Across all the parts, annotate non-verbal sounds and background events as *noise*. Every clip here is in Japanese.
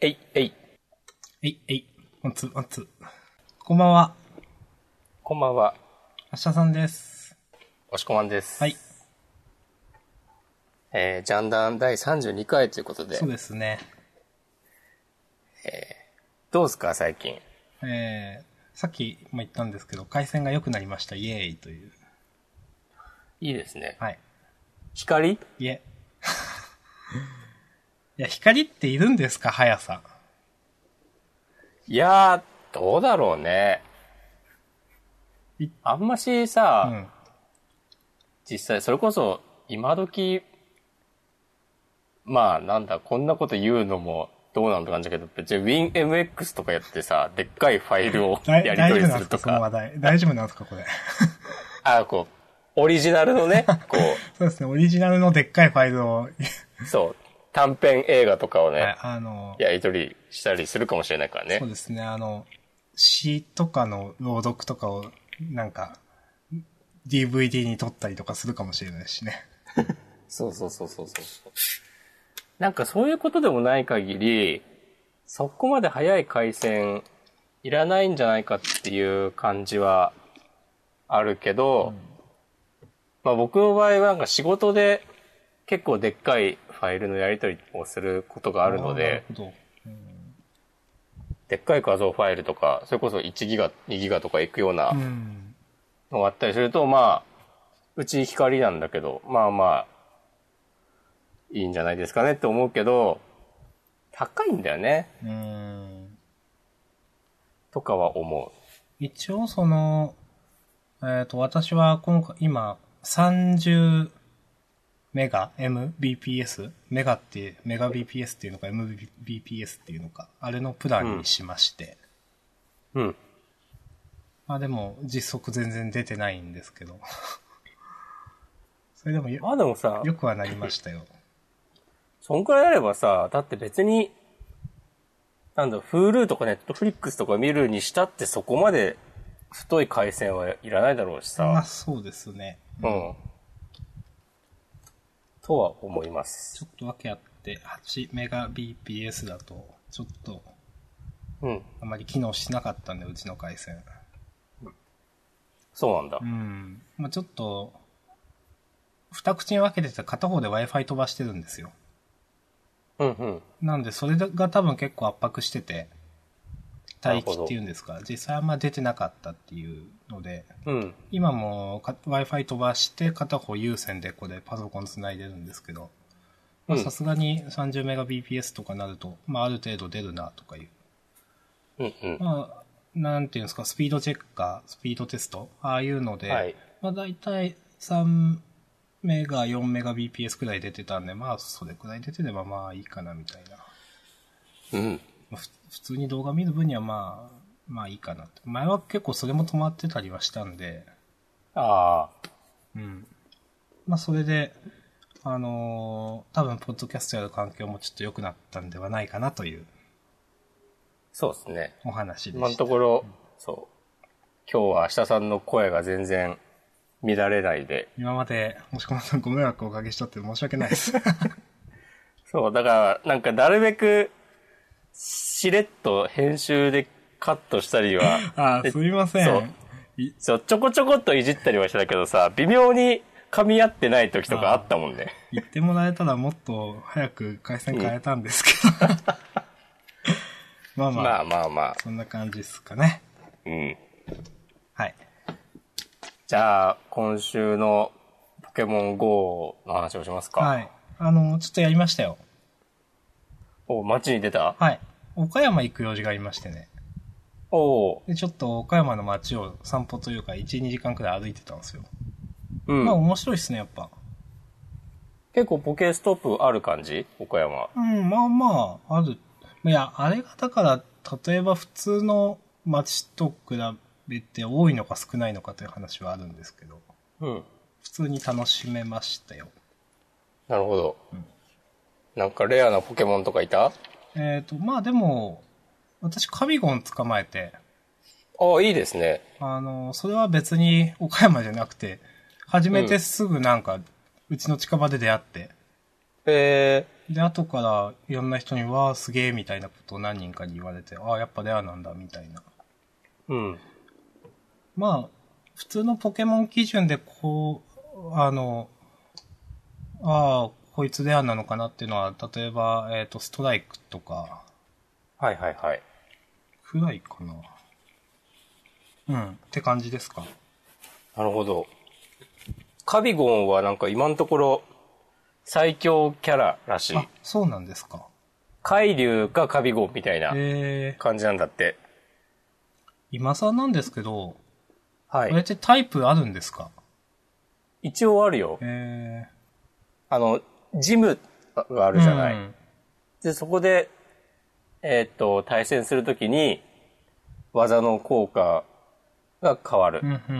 えい、えい。えい、えい。ワンツー、ワンツー。こんばんは。こんばんは。あっしゃさんです。おしこまんです。はい。えー、ジャンダン第32回ということでそう、ですね。どうですか、最近。えー、さっきも言ったんですけど、回線が良くなりました。イエーイという。いいですね。はい。光いえ。 *laughs* いや、光っているんですか速さ。いやー、どうだろうねい。あんましうさ、ん。実際、それこそ、今時、まあ、なんだ、こんなこと言うのも、どうなんて感じだけど、別に WinMX とかやってさ、でっかいファイルをや大り取大丈り夫なすんでるすとかそのか、話題。大丈夫なんですかこれ。 *laughs* あ、こう、オリジナルのね、こそうですね。オリジナルのでっかいファイルを、 *laughs* う、そう、短編映画とかをね、あの、やり取りしたりするかもしれないからねそう。ですね、あの、詩とかの朗読とかを、なんか、DVD に撮ったりとかするかもしれないしね。そうそうそうそうそうそう。なんかそういうことでもない限り、そこまで早い回線いらないんじゃないかっていう感じはあるけど、まあ僕の場合はなんか仕事で結構でっかいファイルのやり取りをすることがああるのーなるで、ほど。でっかい画像ファイルとか、それこそ1ギガ、2ギガとかいくようなうん。のがあったりすると、まあ、うち光なんだけど、まあまあ、いいんじゃないですかねって思うけど、高いんだよね、うん。とかは思一応その、えっ、と、私は今回、今、30メガ ?MBPS? メガって、メガ BPS っていうのか MBPS っていうのか、あれのプランにしまして。う。うん。まあでも、実測全然出てないんですけど。 *laughs* それでもよまあでもさ、よくはなりましたよ。そんくらいあればさ、だって別に、なんだ、Hulu とか Netflix とか見るにしたってそこまで太い回線はいらないだろうしまあさ、そうですね。うん。とは思いますち。ょっと訳あって、8メガ BPS だと、ちょっと、うん。あまり機能しなかったんで、うちの回線。そうなんだう。ん。まあちょっと、二口に分けてて片方で Wi-Fi 飛ばしてるんですよ。うんうん。なんで、それが多分結構圧迫してて、待機っていうんですか、実際あんま出てなかったっていうので、うん。今もか Wi-Fi 飛ばして片方有線でこれパソコン繋いでるんですけど、まあうんさすがに 30Mbps とかなると、まあある程度出るなとかいうう。んうん。まあ、なんていうんですか、スピードチェッカー、スピードテスト、ああいうので、はいまあ大体3メガ、4メガ BPS くらい出てたんで、まあそれくらい出てればまあいいかなみたいな。うん。まあふ普通に動画見る分にはまあ、まあいいかなって。前は結構それも止まってたりはしたんで、ああ。うん。まあ、それで、あのー多分、ポッドキャストやる環境もちょっと良くなったんではないかなというそうですね。お話で今のした。ところ、そう。今日は明日さんの声が全然乱れないで。今まで、もしこまさんご迷惑をおかけしちゃって申し訳な *laughs* いです。、そう、だから、なんかなるべく、しれっと編集でカットしたりは *laughs* あー、ですみませ。そうんいそう、ちょこちょこっといじったりはしてたけどさ、微妙に噛み合ってない時とかあったもんね。言ってもらえたらもっと早く回線変えたんですけ *laughs* ど。まあまあ、まあまあまあ。そんな感じですかね。うん。はい。じゃあ、今週のポケモン GO の話をしますか。はい。あのーちょっとやりましたよ。お、街に出たはい。岡山行く用事がありましてね。おうで、ちょっと岡山の街を散歩というか、1、2時間くらい歩いてたんですよ。うんまあ。面白いですね、やっぱ。結構ポケストップある感じ岡山。うん、まあまあ、ある。いや、あれがだから、例えば普通の街と比べて多いのか少ないのかという話はあるんですけど、うん。普通に楽しめましたよ。なるほど。なんかレアなポケモンとかいたあえっ、と、まあでも、私カビゴン捕まえて、あ、いいですね。あの、それは別に岡山じゃなくて、初めてすぐなんか、うちの近場で出会って、えで、後からいろんな人に、わあ、すげえ、みたいなことを何人かに言われて、ああ、やっぱレアなんだ、みたいな。うん。まあ、普通のポケモン基準で、こう、あの、ああ、こいつレアなのかなっていうのは、例えば、えっ、と、ストライクとか、はいはいはい。くらいかな。うん、って感じですか。なるほど。カビゴンはなんか今のところ最強キャラらしいあ。、そうなんですか。海流かカビゴンみたいなえー、感じなんだって。今更なんですけど、はこれっい。てタイプあるんですか一応あるよ。えあの、ジムがあー、るじゃない。うんで、そこで、えーっと、対戦するときに技の効果が変わる。うん、うん、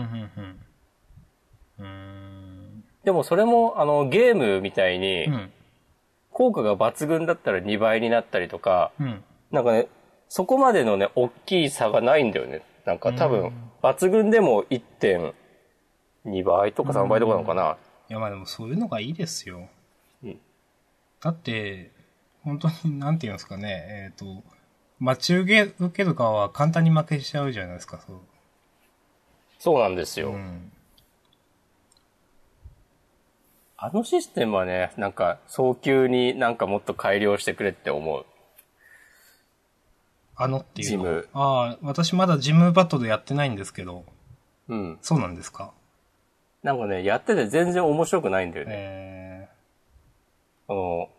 うん、うん。でもそれもあのゲームみたいうーん。にうん、効果が抜群だったら2倍になったりとか、うん。なんかね、そこまでのね、大きい差がないんだよね。なんか多う分ん、抜群でも1.2倍とか3倍とかなのかな。いや、まあでもそういうのがいいですよ。うんだって、本当に、なんていうんですかね、えっ、と、待ち受け、受ける側は簡単に負けしちゃうじゃないですか、そう。そうなんですよ、うん。あのシステムはね、なんか、早急になんかもっと改良してくれって思う。あのっていうのジムああ、私まだジムバトルやってないんですけど、うん。そうなんですか。なんかね、やってて全然面白くないんだよね。えこの、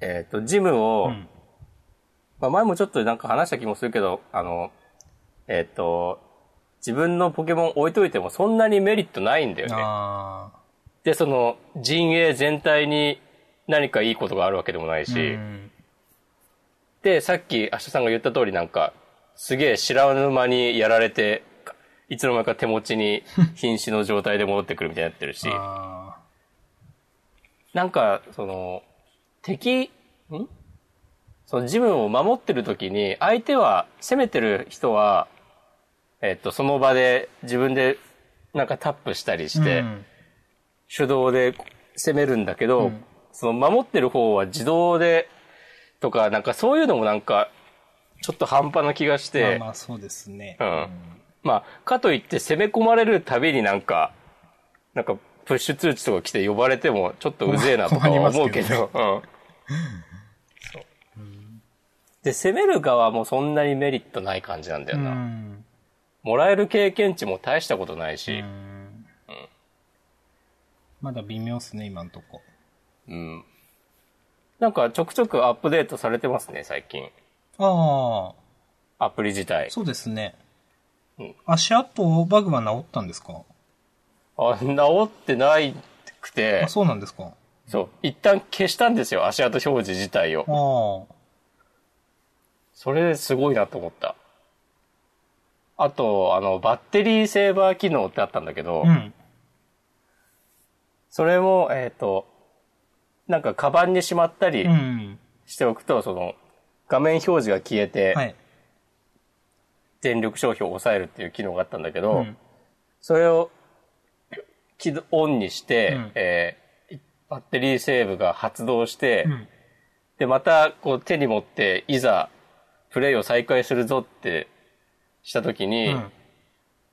えっ、と、ジムー、を、うん。まあ、前もちょっとなんか話した気もするけど、あの、えっ、と、自分のポケモン置いといてもそんなにメリットないんだよね。ああ。で、その、陣営全体に何かいいことがあるわけでもないし、うん。で、さっき、明日さんが言った通りなんか、すげえ知らぬ間にやられて、いつの間にか手持ち *laughs* に瀕死の状態で戻ってくるみたいになってるし、あなんか、その、敵、んそのジムを守ってる時に、相手は、攻めてる人は、えっと、その場で自分でなんかタップしたりあ。して、うん手動で攻めるんだけど、うんその守ってる方は自動でとか、なんかそういうのもなんか、ちょっと半端な気がしまあて、まあそうですね。うん。まあ、かといって攻め込まれるたびになんか、なんかプッシュ通知とか来て呼ばれてもちょっとうぜえな *laughs* とかは思うけど、うん。そうで、攻める側もそんなにメリットない感じなんだような。ん。もらえる経験値も大したことないし、うんまだ微妙っすね、今んとこ。うん。なんかちょくちょくアップデートされてますね、最近。ああ。アプリ自体。そうですねうん。足跡バグは治ったんですかあ、治ってないくてあ、、そうなんですかそう、一旦消したんですよ、足跡表示自体あを。あ。それですごいなと思った。あと、あの、バッテリーセーバー機能ってあったんだけど、うん。それも、えっ、と、なんか、カバンにしまったりうん。しておくと、その、画面表示が消えて、はい。電力消費を抑えるっていう機能があったんだけうど、ん。それを起動オンにして、うんえーバッテリーセーブが発動して、うん。で、またこう手に持っていざプレイを再開するぞってした時うに、ん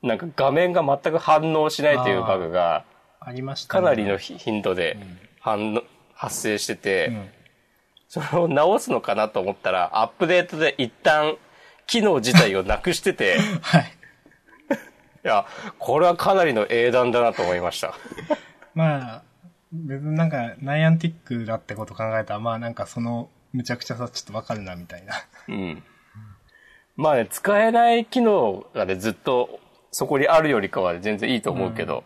なんか画面が全く反応しないというバグがありましたかね。なりの頻度で反応発生してて、うん。それを直すのかなと思ったらアップデートで一旦機能自体をなくして *laughs* て、はい。いや、これはかなりの英断だなと思いました。まあ、別になんか、ナイアンティックだってこと考えたら、まあなんかその、むちゃくちゃさ、ちょっとわかるな、みたいな。うん。まあね、使えない機能がね、ずっとそこにあるよりかは全然いいと思うけど、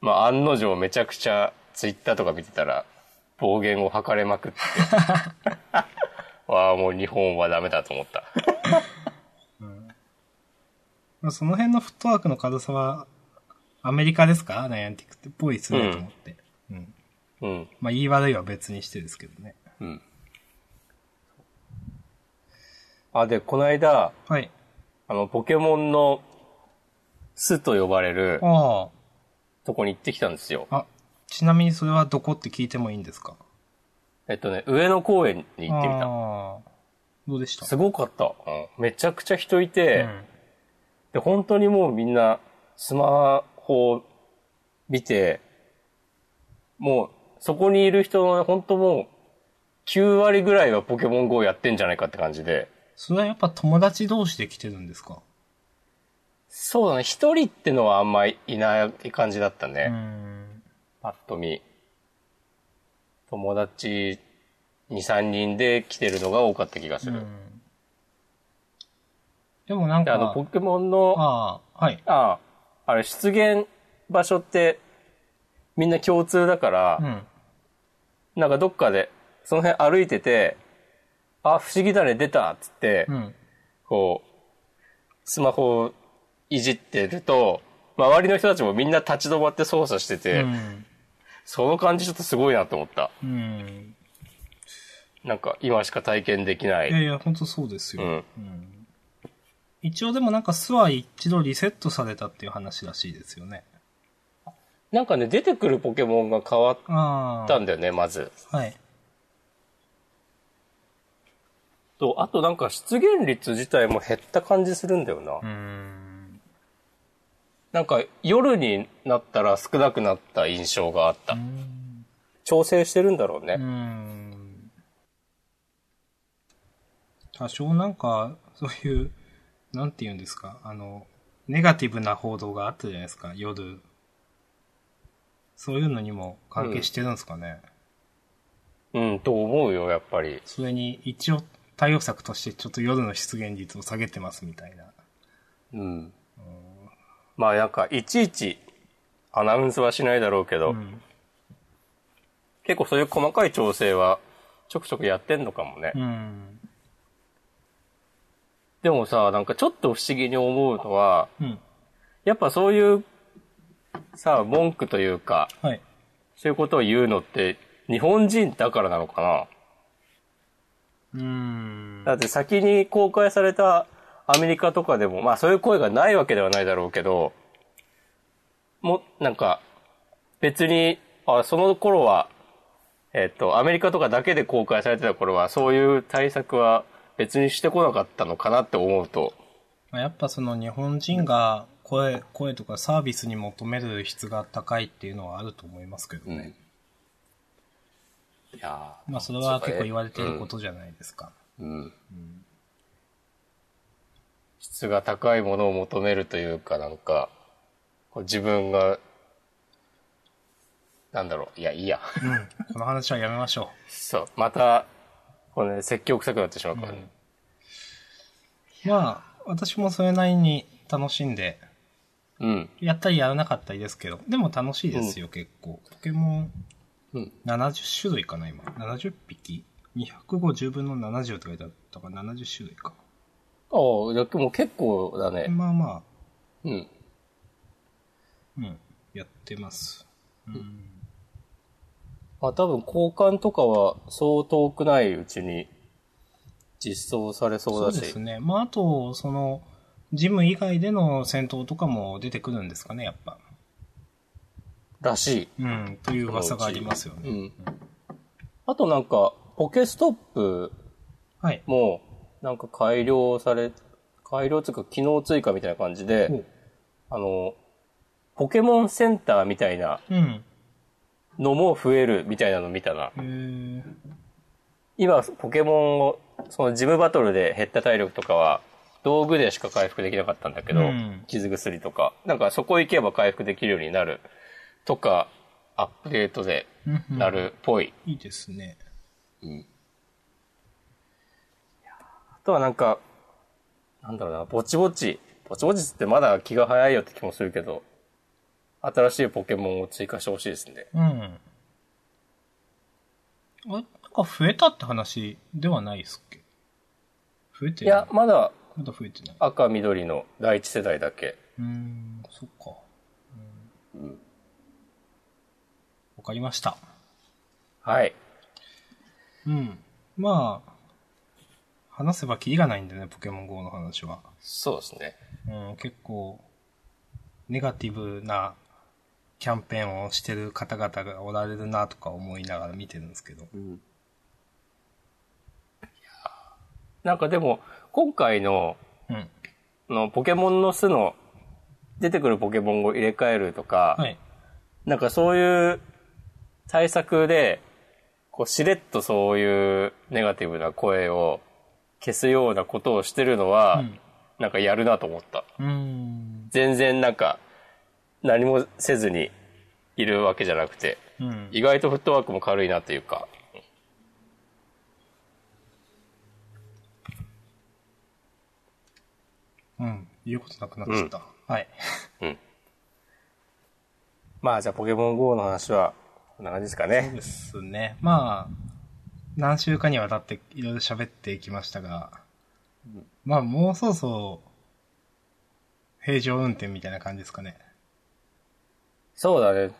まあ案の定めちゃくちゃツイッターとか見てたら暴言を吐かれまく *laughs* って。わあ、もう日本はダメだと思った。まあその辺のフットワークの軽さは、アメリカですかナイアンティックって、ぽいっすね、と思って。うん。うん。まあ言い悪いは別にしてですけどね。うん。あ、で、この間、はい。あの、ポケモンの巣と呼ばれるああ。とこに行ってきたんですよ。あ、ちなみにそれはどこって聞いてもいいんですかえっとね、上野公園に行ってみた。あーどうでしたすごかった、うんめちゃくちゃ人いて、うんで、本当にもうみんなスマホを見て、もうそこにいる人の本当もう9割ぐらいはポケモン GO やってんじゃないかって感じで。それはやっぱ友達同士で来てるんですかそうだね、一人ってのはあんまいない感じだったね。うん。パッと見。友達2、3人で来てるのが多かった気がする。うんでもなんでか、あの、ポケモンの、ああ、はい。ああ、あれ、出現場所って、みんな共通だから、うん。なんかどっかで、その辺歩いてて、あ、不思議だね、出たっつって、うん。こう、スマホをいじってると、周りの人たちもみんな立ち止まって操作してて、うん。その感じちょっとすごいなと思った。うん。なんか、今しか体験できないやい。いや、本当そうですうよ。ん。うん一応でもなんか巣は一度リセットされたっていう話らしいですよね。なんかね、出てくるポケモンが変わっあたんだよね、まず。あ。はい。と、あとなんか出現率自体も減った感じするんだよな。うん。なんか夜になったら少なくなった印象があった。調整してるんだろうね。うん。多少なんか、そういう、なんて言うんですか、あの、ネガティブな報道があったじゃないですか、夜。そういうのにも関係してるんですかね。うん、と思うよ、やっぱり。それに、一応対応策としてちょっと夜の出現率を下げてますみたいな。うん。まあなんか、いちいちアナウンスはしないだろうけど、ん。結構そういう細かい調整はちょくちょくやってんのかもね。うん。でもさ、なんかちょっと不思議に思うのは、うん。やっぱそういう、さ文句というか、はい。そういうことを言うのって、日本人だからなのかなうん。だって先に公開されたアメリカとかでも、まあそういう声がないわけではないだろうけど、も、なんか、別に、あその頃は、えっと、アメリカとかだけで公開されてた頃は、そういう対策は別にしてこなかったのかなって思うと、まあやっぱその日本人が声、声とかサービスに求める質が高いっていうのはあると思いますけどね。いやーまあそれは結構言われていることじゃないですか。うん質が高いものを求めるというかなんかこう自分がなんだろういやいいや *laughs* うん。この話はやめましょそうまたこれ、ね、説教臭くなってしまうからね、う。まあ、私もそれなりに楽しんで、うんやったりやらなかったりですけど、でも楽しいですよ、結構。ポケモンうん70種類かな、今。70匹 ?250 分の70って書いてあったから70種類か。ああいやもう結構だねまあまあ、うんうん。やってます。うん。まあ多分交換とかはそう遠くないうちに実装されそうだしそうですね。まあ、あと、その、ジム以外での戦闘とかも出てくるんですかね、やっぱ。らしいうん、という噂がありますようね。ん。あとなんか、ポケストップはい。も、なんか改良され、改良というか機能追加みたいな感じおで、あの、ポケモンセンターみたいなうん。のも増えるみたいなの見たな。えー、今、ポケモンを、そのジムバトルで減った体力とかは、道具でしか回復できなかったんだけど、うん傷薬とか、なんかそこ行けば回復できるようになるとか、アップデートでうんうんなるっぽい。いいですね。あとはなんか、なんだろうな、ぼちぼち、ぼちぼちっつってまだ気が早いよって気もするけど、新しいポケモンを追加してほしいですね。うん。あれなんか増えたって話ではないですっけ増えていない。や、まだまだ増えてない。赤緑の第一世代だけ。うーん、そっか。うん。わかりました。はい。うん。まあ、話せばキリがないんでね、ポケモン GO の話は。そうですね。うん、結構、ネガティブなキャンペーンをしてる方々がおられるなとか思いながら見てるんですけど。うん。なんかでも、今回の、うん。のポケモンの巣の、出てくるポケモンを入れ替えるとか、はい。なんかそういう対策で、こう、しれっとそういうネガティブな声を消すようなことをしてるのは、うんなんかやるなと思った。うーん。全然なんか、何もせずにいるわけじゃなくて、うん。意外とフットワークも軽いなというか。うん。言うことなくなっちゃった。はい。まあじゃあポケモン GO の話は、こんな感じですかそうね。ですね。まあ、何週かにわたっていろいろ喋ってきましたが、まあもうそろそろ、平常運転みたいな感じですかね。そうだね。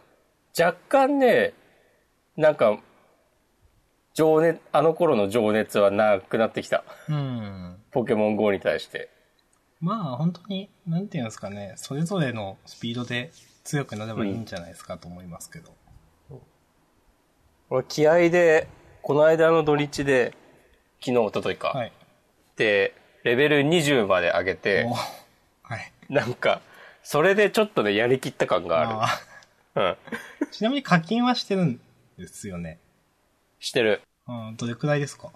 若干ね、なんか、情熱、あの頃の情熱はなくなってきた。うん。ポケモン GO に対して。まあ本当に、なんていうんですかね、それぞれのスピードで強くなればいいんじゃないですかと思いますけど。俺気合で、この間の土日で、昨日、一昨日か、はい。で、レベル20まで上げてお、はい。なんか、それでちょっとね、やりきった感があある。うん。ー *laughs* ちなみに課金はしてるんですよね。してる。うん、どれくらいですか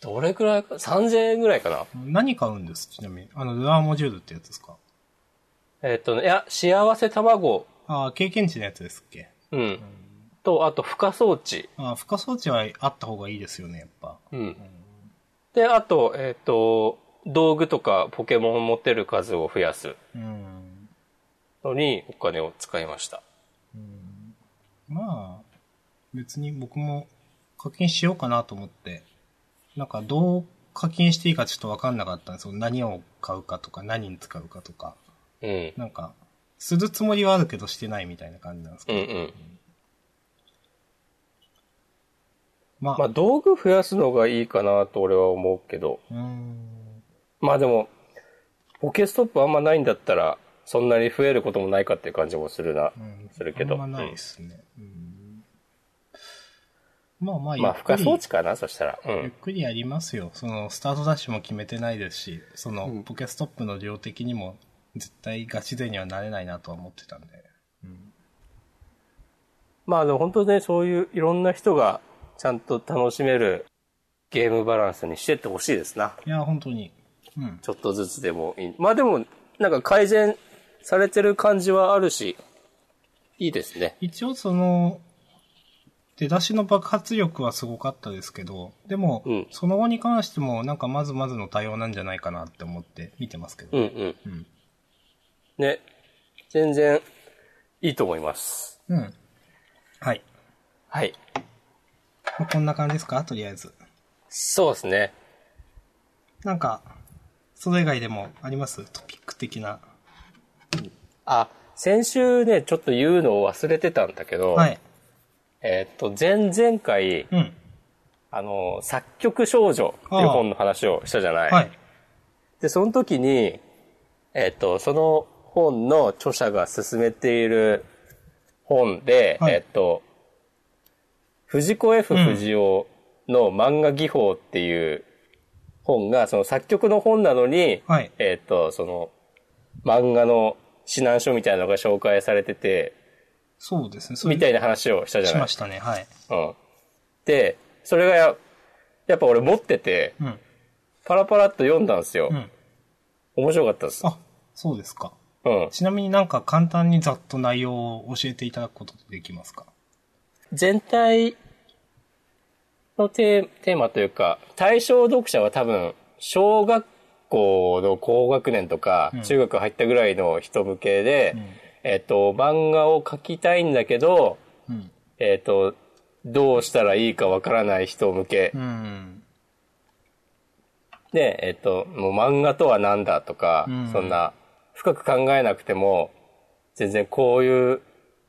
どれくらいか ?3000 円ぐらいかな。何買うんですちなみに。あの、ルアーモジュールってやつですかえっとね、いや、幸せ卵、ああ、経験値のやつですっけうん。と、あと、孵化装置。ああ、負荷装置はあった方がいいですよね、やっぱ。うん。で、あと、えっ、と、道具とかポケモンを持てる数を増やすうん。のにお金を使いました。まあ、別に僕も課金しようかなと思って、なんかどう課金していいかちょっとわかんなかったんですよ。何を買うかとか、何に使うかとか。うん。なんか、するつもりはあるけどしてないみたいな感じなんですうけんうど。ん。ま *laughs* あ、まあ、道具増やすのがいいかなと俺は思うけど。うん。まあでも、ポケストップあんまないんだったら、そんなに増えることもないかっていう感じもするな。うんするけどあんまないですね。うんまあまあ、ゆまっあ、付く加り、装置かな、そしたら。うゆっん。くりやりますよ。その、スタートダッシュも決めてないですし、その、うんポケストップの量的にも、絶対ガチ勢にはなれないなとは思ってたんで。まあでも本当ね、そういういろんな人がちゃんと楽しめるゲームバランスにしてってほしいですな。いや、本当に。うん。ちょっとずつでもいい。まあでも、なんか改善されてる感じはあるし、いいですね。一応その、出だしの爆発力はすごかったですけど、でも、うんその後に関しても、なんかまずまずの対応なんじゃないかなって思って見てますけど。うんうん。うん。ね。全然いいと思います。うん。はい。はい。まあこんな感じですかとりあえず。そうですね。なんか、それ以外でもありますトピック的な。あ、先週ね、ちょっと言うのを忘れてたんだけど、はい。えーっと、前々回、うん。あの、作曲少女っていう本の話をしたじゃない。はい。で、その時に、えっ、と、その本の著者が進めている本で、はいえっ、と、藤子 F 不二雄の漫画技法っていう本が、その作曲の本なのに、はい。えっ、と、その漫画の指南書みたいなのが紹介されてて、そうですね。それみたいな話をしたじゃしないましたね。はい。うん。で、それがや、やっぱ俺持ってて、うん。パラパラっと読んだんですよ。うん。面白かったです。あ、そうですか。うん。ちなみになんか簡単にざっと内容を教えていただくことってできますか全体のテーテーマというか、対象読者は多分、小学校の高学年とか、中学入ったぐらいの人向けで、えっと、漫画を描きたいんだけど、うん。えっと、どうしたらいいかわからない人向けうん。で、えっと、もう漫画とは何だとか、うんそんな、深く考えなくても、全然こういう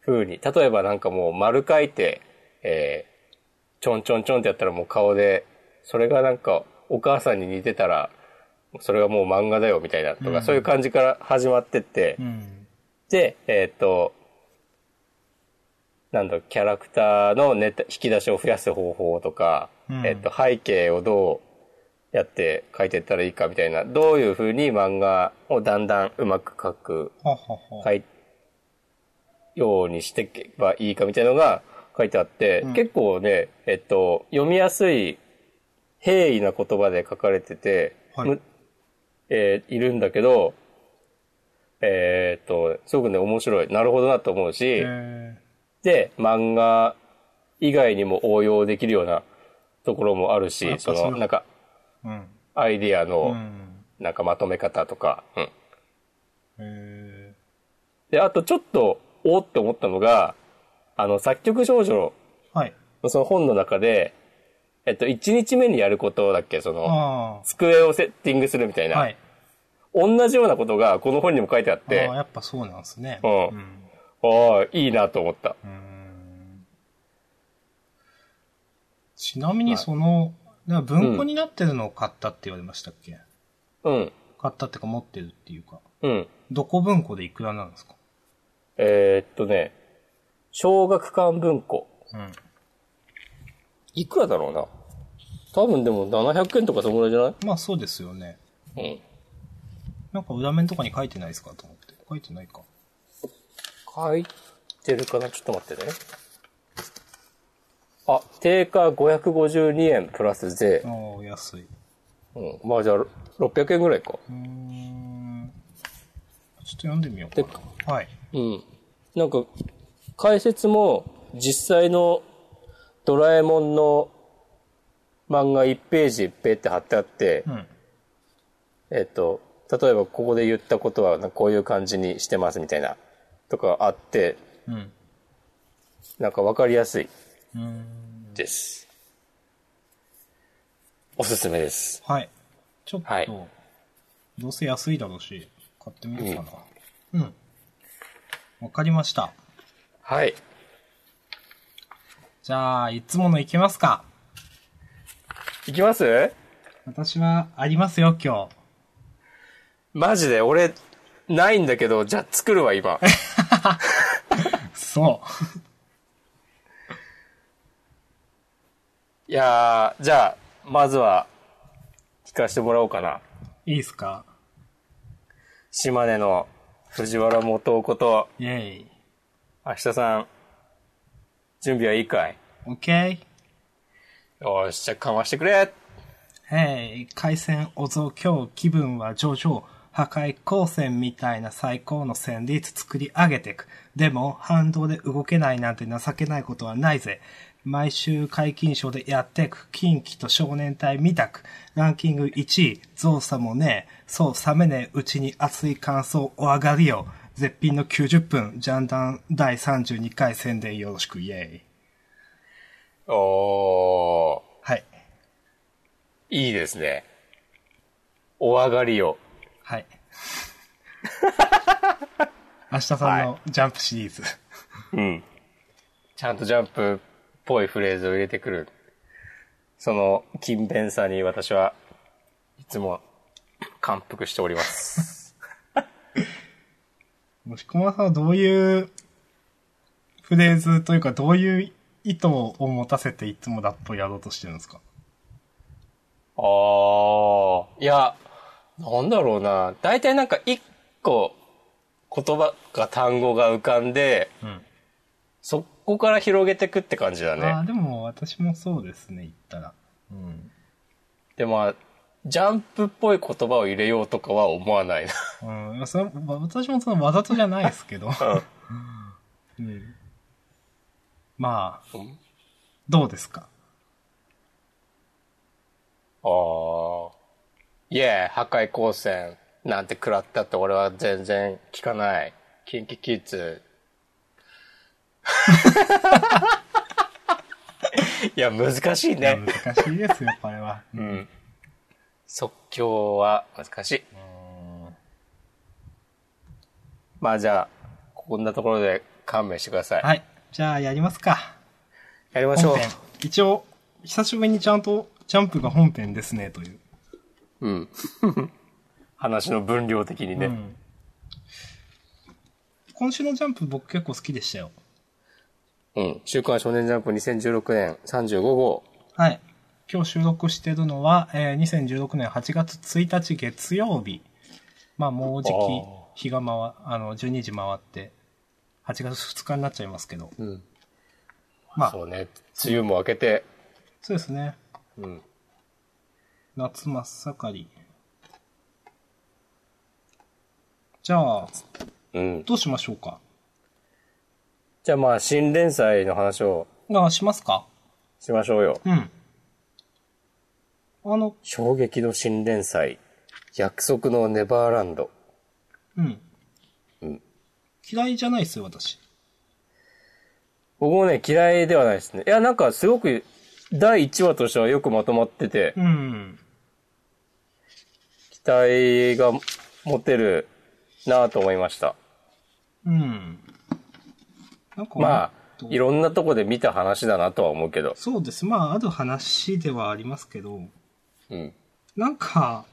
風に、例えばなんかもう丸書いて、えー、ちょんちょんちょんってやったらもう顔で、それがなんかお母さんに似てたら、それがもう漫画だよみたいなとか、そういう感じから始まってって、うん。で、えーっと、なんだ、キャラクターのネタ、引き出しを増やす方法とか、うんえーっと、背景をどうやって書いてったらいいかみたいな、どういう風に漫画をだんだんうまく書く、ははは。書い、ようにしていけばいいかみたいなのが書いてあって、うん結構ね、えっと、読みやすい、平易な言葉で書かれてて、はいむえーいるんだけど、えーっと、すごくね、面白い。なるほどなと思うし、えで、漫画以外にも応用できるようなところもあるやしっ、ぱそその、うなんか、ー、うん。アイディアうの、ん。なんかまとめ方とか、うん。えで、あとちょっと、おーって思ったのが、あの、作曲少女ー、はい。のその本の中で、えっと、1日目にやることだっけ、その、あ机をセッティングするみたいあ。な、はい。同じようなことがこの本にも書いてあっああー、て、やっぱそうなんですね。うんうん。ああ、いいなと思った。うんちなみにその、なんか文庫になってるのを買ったって言われましたっけ、うん、買ったってか持ってるっていうか。うん。どこ文庫でいくらなんですかえーっとね、小学館文庫。うん。いくらだろうな。多分でも700円とかそんぐらいじゃないまあそうですよね。うん。なんか裏面とかに書いてないですかと思って。書いてないか。書いてるかなちょっと待ってね。あ、定価552円プラス税。ああ、安い。うん。まあじゃあ600円ぐらいか。うーん。ちょっと読んでみようかな。はい。うん。なんか、解説も実際のドラえもんの漫画1ページペって貼ってあって、うん。えっと、例えばここで言ったことはこういう感じにしてますみたいな、とかあって、うん。なんかわかりやすいうーん。です。おすすめです。はい。ちょっと、はいどうせ安いだろうし、買ってみようかな。うん。わかりました。はい。じゃあ、いつものいきますか。いきます私はありますよ、今日。マジで、俺、ないんだけど、じゃあ作るわ、 *laughs* 今。そう。いやー、じゃあ、まずは、聞かせてもらおうかな。いいですか島根の藤原元夫こと、イェイ。明日さん、準備はいいかいオッケよーし、じゃあかましてくれーへい、海鮮おぞ今日気分は上々。破壊光線みたいな最高の戦率作り上げてく。でも、反動で動けないなんて情けないことはないぜ。毎週解禁賞でやってく。近畿と少年隊見たく。ランキング1位、ゾウさもねえ。そう、冷めねえうちに熱い感想お上がりよ。絶品の90分、ジャンダン第32回宣伝よろしく、イェイ。おー、はい。いいですね。お上がりよ。 *laughs* はい。明日さんのジャンプシリーズ。うん。ちゃんとジャンプっぽいフレーズを入れてくる。その勤勉さに私はいつも感服しております。もしこまさんはどういうフレーズというか、どういう意図を持たせていつもラップをやろうとしてるんですかああ、いや、なんだろうな。大体なんか一個言葉か単語が浮かんで、うん。そこから広げてくって感じだああ、ね。でも私もそうですね、言ったら。うん。で、まあ、ジャンプっぽい言葉を入れようとかは思わないな。うんいや、それわ私もそのわざとじゃないですけど。 *laughs* うん。まあ、うんどうですかああ。いえ、破壊光線なんて食らったって俺は全然聞かない。キンキキッ *laughs* ズ。いや、難しいいやね。難しいですよ、これ *laughs* は。ううんん。即興は難しい。まあじゃあ、こんなところで勘弁してください。はい。じゃあ、やりますか。やりましょ本編。一応、久しぶりにちゃんと、ジャンプが本編ですね、という。う。うん。 *laughs* 話の分量的にね。うん今週のジャンプ僕結構好きでしたよ。うん。週刊少年ジャンプ2016年35号。はい。今日収録してるのは、えー2016年8月1日月曜日。まあ、もうじきあー、日が回、あの、12時回って、8月2日になっちゃいますけど。うん。まあ、そうね。梅雨も明けて、そうですね。うん。夏真っ盛り。じゃあ、うん。どうしましょうか。じゃあまあ、新連載の話をあ、しますかしましょうよ。うん。あの、衝撃の新連載、約束のネバーランド。うん。うん嫌いじゃないですよ、私。僕もね、嫌いではないですね。いや、なんかすごく、第1話としてはよくまとまってて、うん。期待が持てるなぁと思いました。うん。なんか、まあ、といろんなとこで見た話だなとは思うけど。そうです。まあ、ある話ではありますけど、うん。なんか、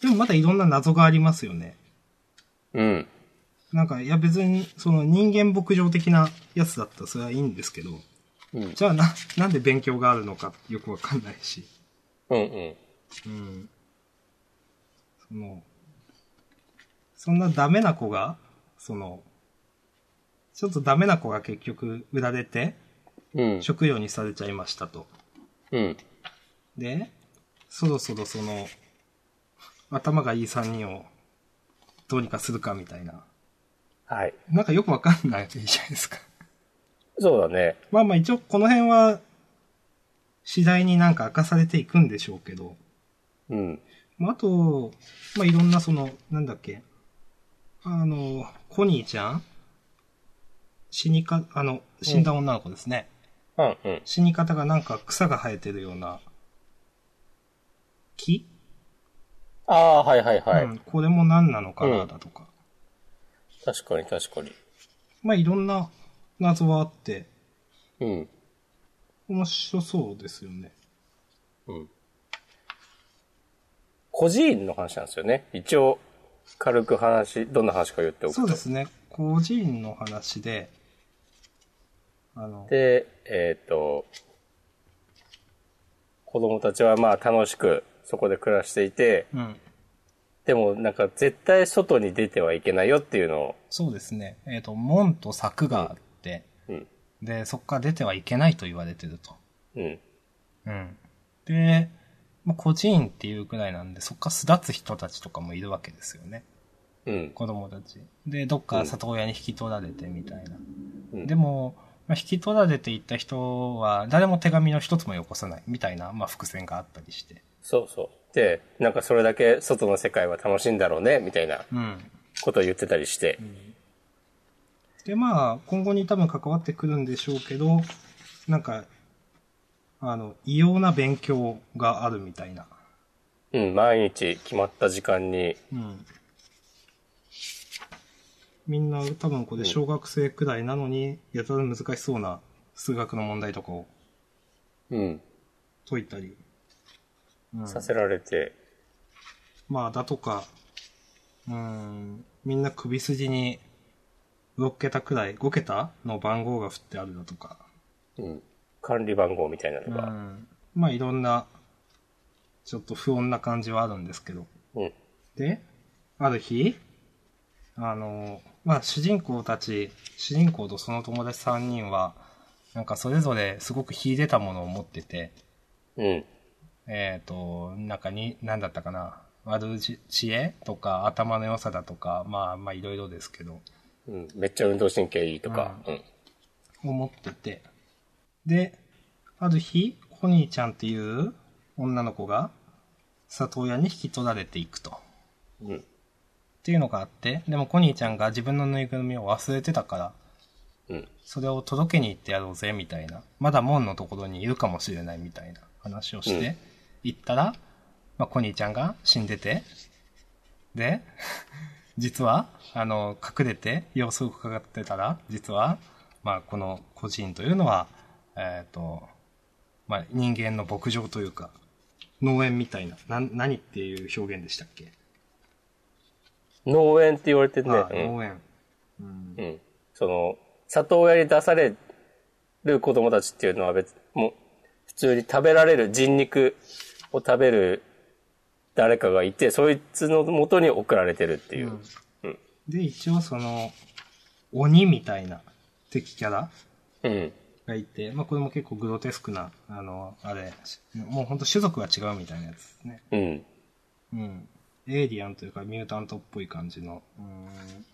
でもまだいろんな謎がありますよね。うん。なんか、いや別に、その人間牧場的なやつだったらそれはいいんですけど、うん。じゃあな、なんで勉強があるのかよくわかんないし。うんうん。うん。その、そんなダメな子が、その、ちょっとダメな子が結局売られて、うん。食用にされちゃいましたと。うん。で、そろそろその、頭がいい3人をどうにかするかみたいな。はい。なんかよくわかんないじゃないですか。そうだね。まあまあ一応この辺は、次第になんか明かされていくんでしょうけど、うん。まああと、まあいろんなその、なんだっけ、あの、コニーちゃん死にか、あの、死んだ女の子ですね。うんうん。死に方がなんか草が生えてるような木ああ、はいはいはい。うん、これも何なのかなだとか。確かに確かに。まあいろんな謎はあって、うん。面白そうですよね。うん。孤児院の話なんですよね。一応、軽く話、どんな話か言っておくと。そうですね。個人の話で、あの、で、えっ、と、子供たちはまあ楽しくそこで暮らしていて、うん。でもなんか絶対外に出てはいけないよっていうのを、そうですね。えっ、と、門と柵があって、うん。で、そこから出てはいけないと言われてると。うん。うん。で、まあ、個人っていうくらいなんで、そこから巣立つ人たちとかもいるわけですよね。うん。子供たち。で、どっか里親に引き取られてみたいな。うんでも、まあ、引き取られていった人は、誰も手紙の一つもよこさないみたいな、まあ、伏線があったりして。そうそう。で、なんかそれだけ外の世界は楽しいんだろうね、みたいなうん。ことを言ってたりして。で、まあ、今後に多分関わってくるんでしょうけど、なんか、あの、異様な勉強があるみたいな。うん、毎日決まった時間に、うん。みんな多分これ小学生くらいなのに、やたら難しそうな数学の問題とかをうん、解いたり。うんさせられて、まあ、だとか、うん、みんな首筋に6桁くらい、5桁の番号が振ってあるだとか、うん、管理番号みたいなのが、まあいろんな、ちょっと不穏な感じはあるんですけど。うん、で、ある日、あの、まあ主人公たち、主人公とその友達3人は、なんかそれぞれすごく秀でたものを持ってて、うん、えっ、と、なんかに、なんだったかな。悪知知恵とか、頭の良さだとか、まあまあいろいろですけど、うん、めっちゃ運動神経いいとか、うん、思ってて。で、ある日、コニーちゃんっていう女の子が、里親に引き取られていくと。っうん、ていうのがあって、でもコニーちゃんが自分のぬいぐるみを忘れてたから、うん、それを届けに行ってやろうぜ、みたいな。まだ門のところにいるかもしれない、みたいな話をして、うん行ったら、まあ、コニーちゃんが死んでて、で、 *laughs* 実は、あの、隠れて様子を伺ってたら、実は、まあ、この個人というのは、えっ、と、まあ、人間の牧場というか、農園みたいな、なん、何っていう表現でしたっけ、農園って言われてね、ああうん、農園。うん。うん、その、里親に出される子供たちっていうのは別、もう、普通に食べられる人肉を食べる誰かがいて、そいつの元に送られてるっていう。うんで、一応その、鬼みたいな敵キャラうん。がいて、まあこれも結構グロテスクな、あの、あれ、もうほんと種族が違うみたいなやつですね。うん。うん。エイリアンというかミュータントっぽい感じの。うん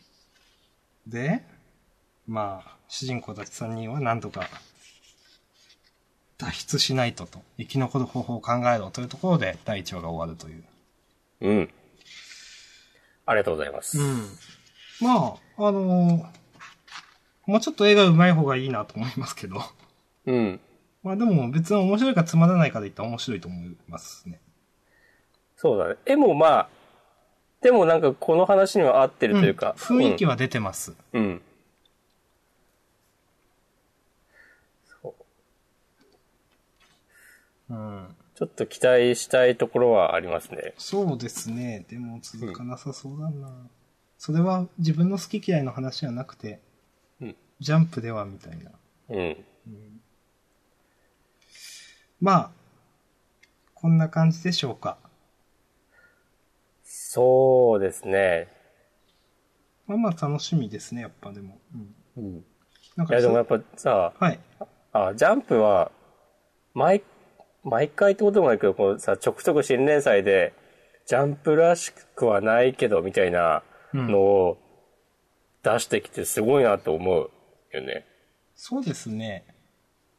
で、まあ、主人公たち3人はなんとか脱出しないとと、生き残る方法を考えろというところで第1話が終わるという。うん。ありがとうございます。ん。まあ、あのーもうちょっと絵が上手い方がいいなと思いますけど。うん。まあでも別に面白いかつまらないかで言ったら面白いと思いますね。そうだね。絵もまあ、でもなんかこの話には合ってるというか。ん雰囲気は出てます。うん。うん。そううん。ちょっと期待したいところはありますね。そうですね。でも続かなさそうだな。それは自分の好き嫌いの話じゃなくて、うんジャンプではみたいな。うん。まあ、こんな感じでしょうか。そうですね。まあまあ楽しみですね、やっぱでも。ううんん。なんいかやでもやっそぱさ、うはい。あ、ジャンプは、毎、毎回ってことでもないけど、このさ、ちょくちょく新連載で、ジャンプらしくはないけど、みたいなうんのを出してきてすごいなと思うよね。そうですね。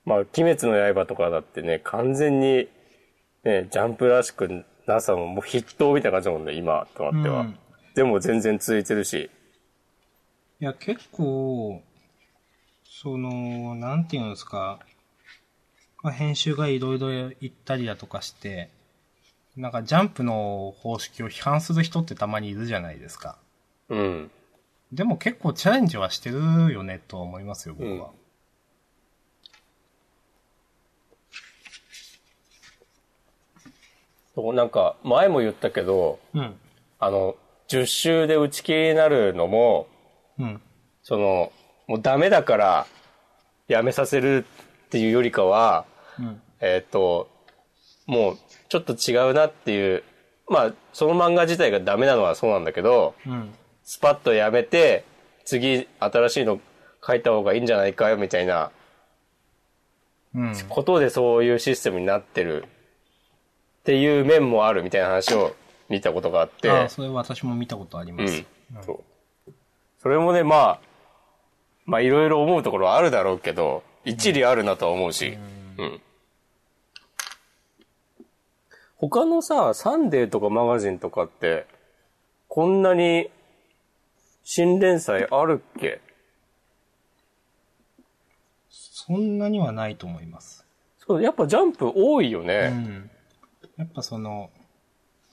まあ、鬼滅の刃とかだってね、完全に、ね、ジャンプらしくなさももう筆頭みたいな感じだもんね、今となっては。うんでも全然続いてるし。いや、結構、その、なんていうんですか、まあ、編集がいろいろ行ったりだとかして、なんかジャンプの方式を批判する人ってたまにいるじゃないですか。うん。でも結構チャレンジはしてるよねとは思いますよ、僕は。そう、なんか、前も言ったけど、うん。あの、10周で打ち切りになるのも、うん。その、もうダメだから、やめさせるっていうよりかは、うん。えっ、と、もう、ちょっと違うなっていう、まあ、その漫画自体がダメなのはそうなんだけど、うん。スパッとやめて、次、新しいの書いた方がいいんじゃないかよ、みたいなうん。ことでそういうシステムになってるっていう面もあるみたいな話を見たことがあって、ああ、それは私も見たことあります。うん。そう。それもね、まあ、まあいろいろ思うところはあるだろうけど、一理あるなとは思うし、うん。他のさ、サンデーとかマガジンとかって、こんなに新連載あるっけそんなにはないと思います。そう、やっぱジャンプ多いようね。ん。やっぱその、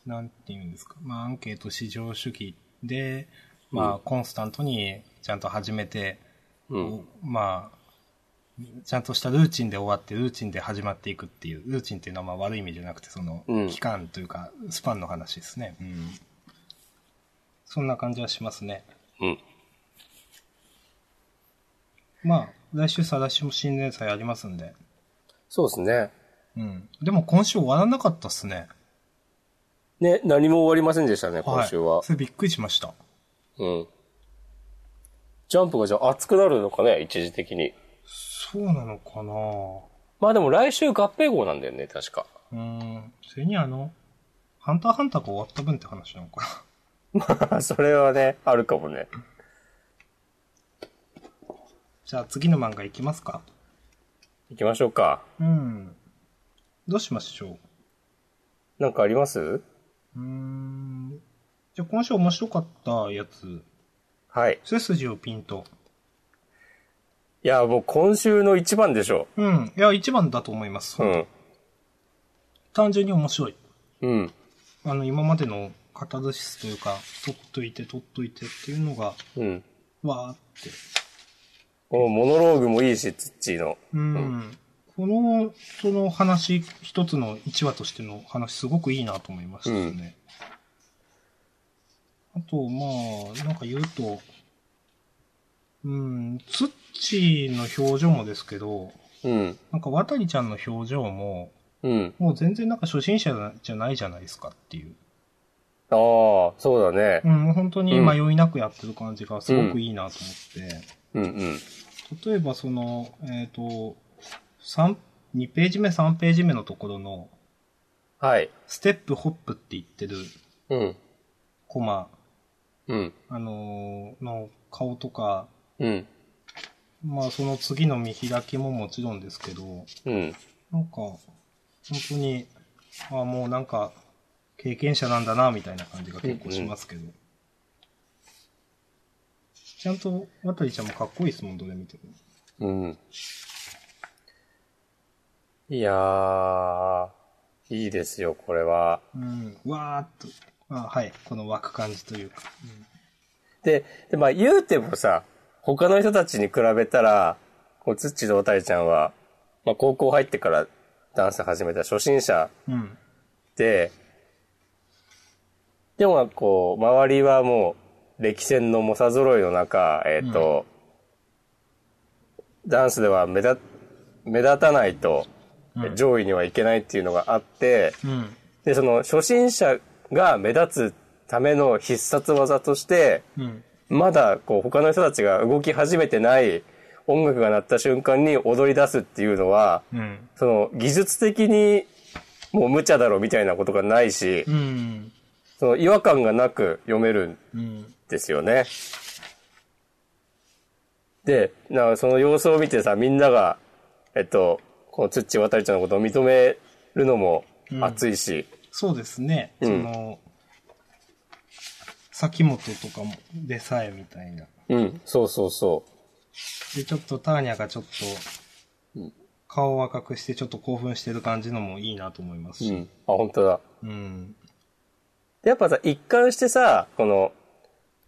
なんていうんですか。まあ、アンケート至上主義で、まあ、コンスタントにちゃんと始めて、うん。まあ、ちゃんとしたルーチンで終わって、ルーチンで始まっていくっていう、ルーチンっていうのはまあ悪い意味じゃなくて、そのうん、期間というか、スパンの話ですね。うん。そんな感じはしますね。うん。まあ、来週再来週も新年祭ありますんで。そうですね。うん。でも今週終わらなかったっすね。ね、何も終わりませんでしたね、今週は。い。それびっくりしました。うん。ジャンプがじゃあ熱くなるのかね、一時的に。そうなのかなまあでも来週合併号なんだよね、確か。うん。それにあの、ハンターハンターが終わった分って話なのかな。 *laughs* *laughs* まあ、それはね、あるかもね。じゃあ次の漫画いきますか。行きましょうか。うん。どうしましょうなんかありますうーん。じゃあ今週面白かったやつ、はい。背筋をピンと。いや、もう今週の一番でしょうん。いや、一番だと思います。う。うん。単純に面白い。うん。あの、今までの肩寿司というか、取っといて取っといてっていうのが、うん。わーって。このモノローグもいいし、ツッチーの。うん。この、その話、一つの一話としての話、すごくいいなと思いましたね。あと、まあ、なんか言うと、うん、ツッチーの表情もですけど、うん。なんか渡りちゃんの表情も、うん。もう全然なんか初心者じゃないじゃないですかっていう。ああ、そうだねう。ん、もう本当に迷いなくやってる感じがすごくいいなと思って。うんうん。例えばその、えっ、と、三2ページ目、3ページ目のところの、はい。ステップホップって言ってるうん。コマ、うん。あのーの顔とか、うん。まあその次の見開きももちろんですけど、うん。なんか、本当に、ああ、もうなんか、経験者なんだな、みたいな感じが結構しますけど。ちゃんと、渡りちゃんもかっこいいですもん、どれ見ても。うん。いやー、いいですよ、これは。うん、わーっと。あはい、この湧く感じというか。で、でまあ言うてもさ、他の人たちに比べたら、こう、つっちどうたりちゃんは、まあ高校入ってからダンス始めた初心者うん。で、でもこう、周りはもう、歴戦の猛者揃いの中、えっ、と、ダンスでは目立、目立たないと、うん上位にはいけないっていうのがあって、うん。で、その初心者が目立つための必殺技として、うん。まだこう他の人たちが動き始めてない音楽が鳴った瞬間に踊り出すっていうのは、うん。その技術的にもう無茶だろみたいなことがないし、うん。その違和感がなく読めるんうん。ですよね。で、なんかその様子を見てさ、みんなが、えっと、この土渡ちゃんのことを認めるのも熱いし、そうですね。うんその、先本とかも、でさえみたいな。うん、そうそうそう。で、ちょっとターニャがちょっと、顔を赤くしてちょっと興奮してる感じのもいいなと思いますうし。ん。あ、本当だ。うん。でやっぱさ、一貫してさ、この、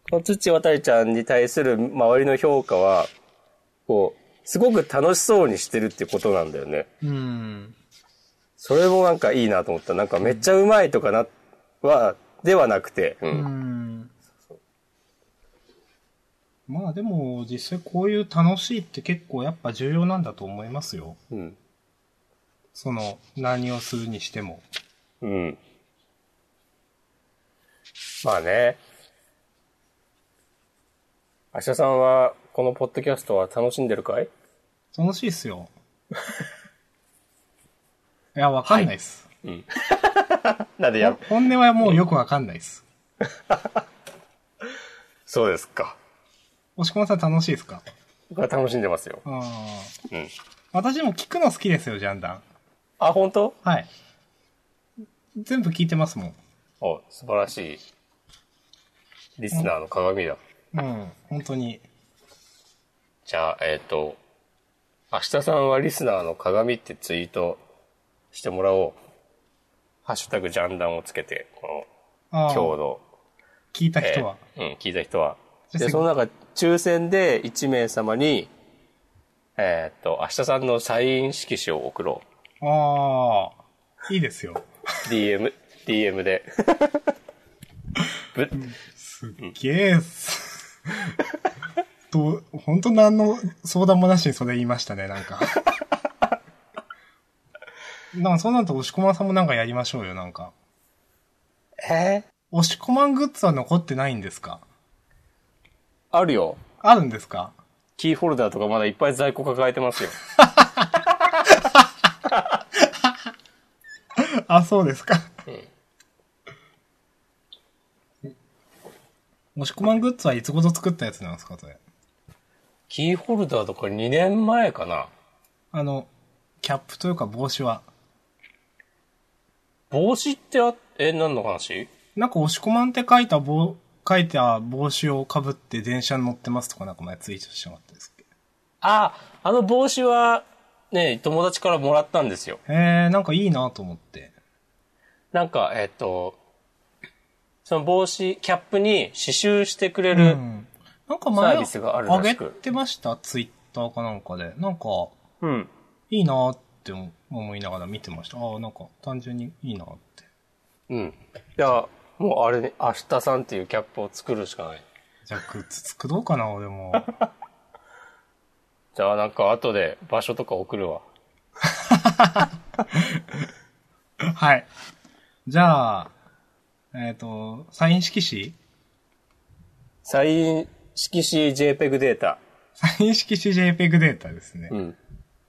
この土渡りちゃんに対する周りの評価は、こう、すごく楽しそうにしてるってことなんだよね。うん。それもなんかいいなと思った。なんかめっちゃうまいとかな、は、ではなくて、う。うんん。まあでも、実際こういう楽しいって結構やっぱ重要なんだと思いますよ。うん。その、何をするにしても。うん。まあね。明日さんは、このポッドキャストは楽しんでるかい楽しいっすよ。いや、わかんないっす。なんでや、本音はもうよくわかんないっす。そうですか。押し込まさん楽しいっすか僕は楽しんでますよ。あうーん。私も聞くの好きですよ、ジャンダン。あ、本当？はい。全部聞いてますもん。お、素晴らしい。リスナーの鏡だ。うん、本当に。じゃあ、えっ、と、明日さんはリスナーの鏡ってツイートしてもらおう。ハッシュタグジャンダンをつけて、こあの、あ、今日の、聞いたえー人は。うん、聞いた人は。じゃで、あその中、抽選で1名様に、えっ、と、明日さんのサイン色紙を送ろああ、いいですよ。う。DM、DM *laughs* *laughs* で。ぶすっげえっす。と、本当何の相談もなしにそれ言いましたね、な *laughs* んか。なんかそうなると押し込まんさんもなんかやりましょうよ、なんか。えー押し込まんグッズは残ってないんですかあるよ。あるんですかキーホルダーとかまだいっぱい在庫抱えてますよ。あ、そうですか。押し込まんグッズはいつごと作ったやつなんですか、それ。キーホルダーとか2年前かな。あの、キャップというか帽子は。帽子ってあ、え、何の話なんか押し込まんって書いた帽、書いた帽子をかぶって電車に乗ってますとかなんか前ツイートしてもらったんですっけあ、あの帽子は、ね、友達からもらったんですよ。へえ、なんかいいなと思って。なんか、えっ、と、その帽子、キャップに刺繍してくれうる。ん。なんかサ前、ービスがあるらしくげてましたツイッターかなんかで。なんか、うん。いいなって思いながら見てました。ああ、なんか単純にいいなって。うん。いや、もうあれね、明日さんっていうキャップを作るしかない。じゃあグッズ作ろうかな、俺も。じゃあなんか後で場所とか送るわ。はい。じゃあ、えっ、と、サイン色紙再色紙 JPEG データ。サイン色紙 JPEG データですね。うん。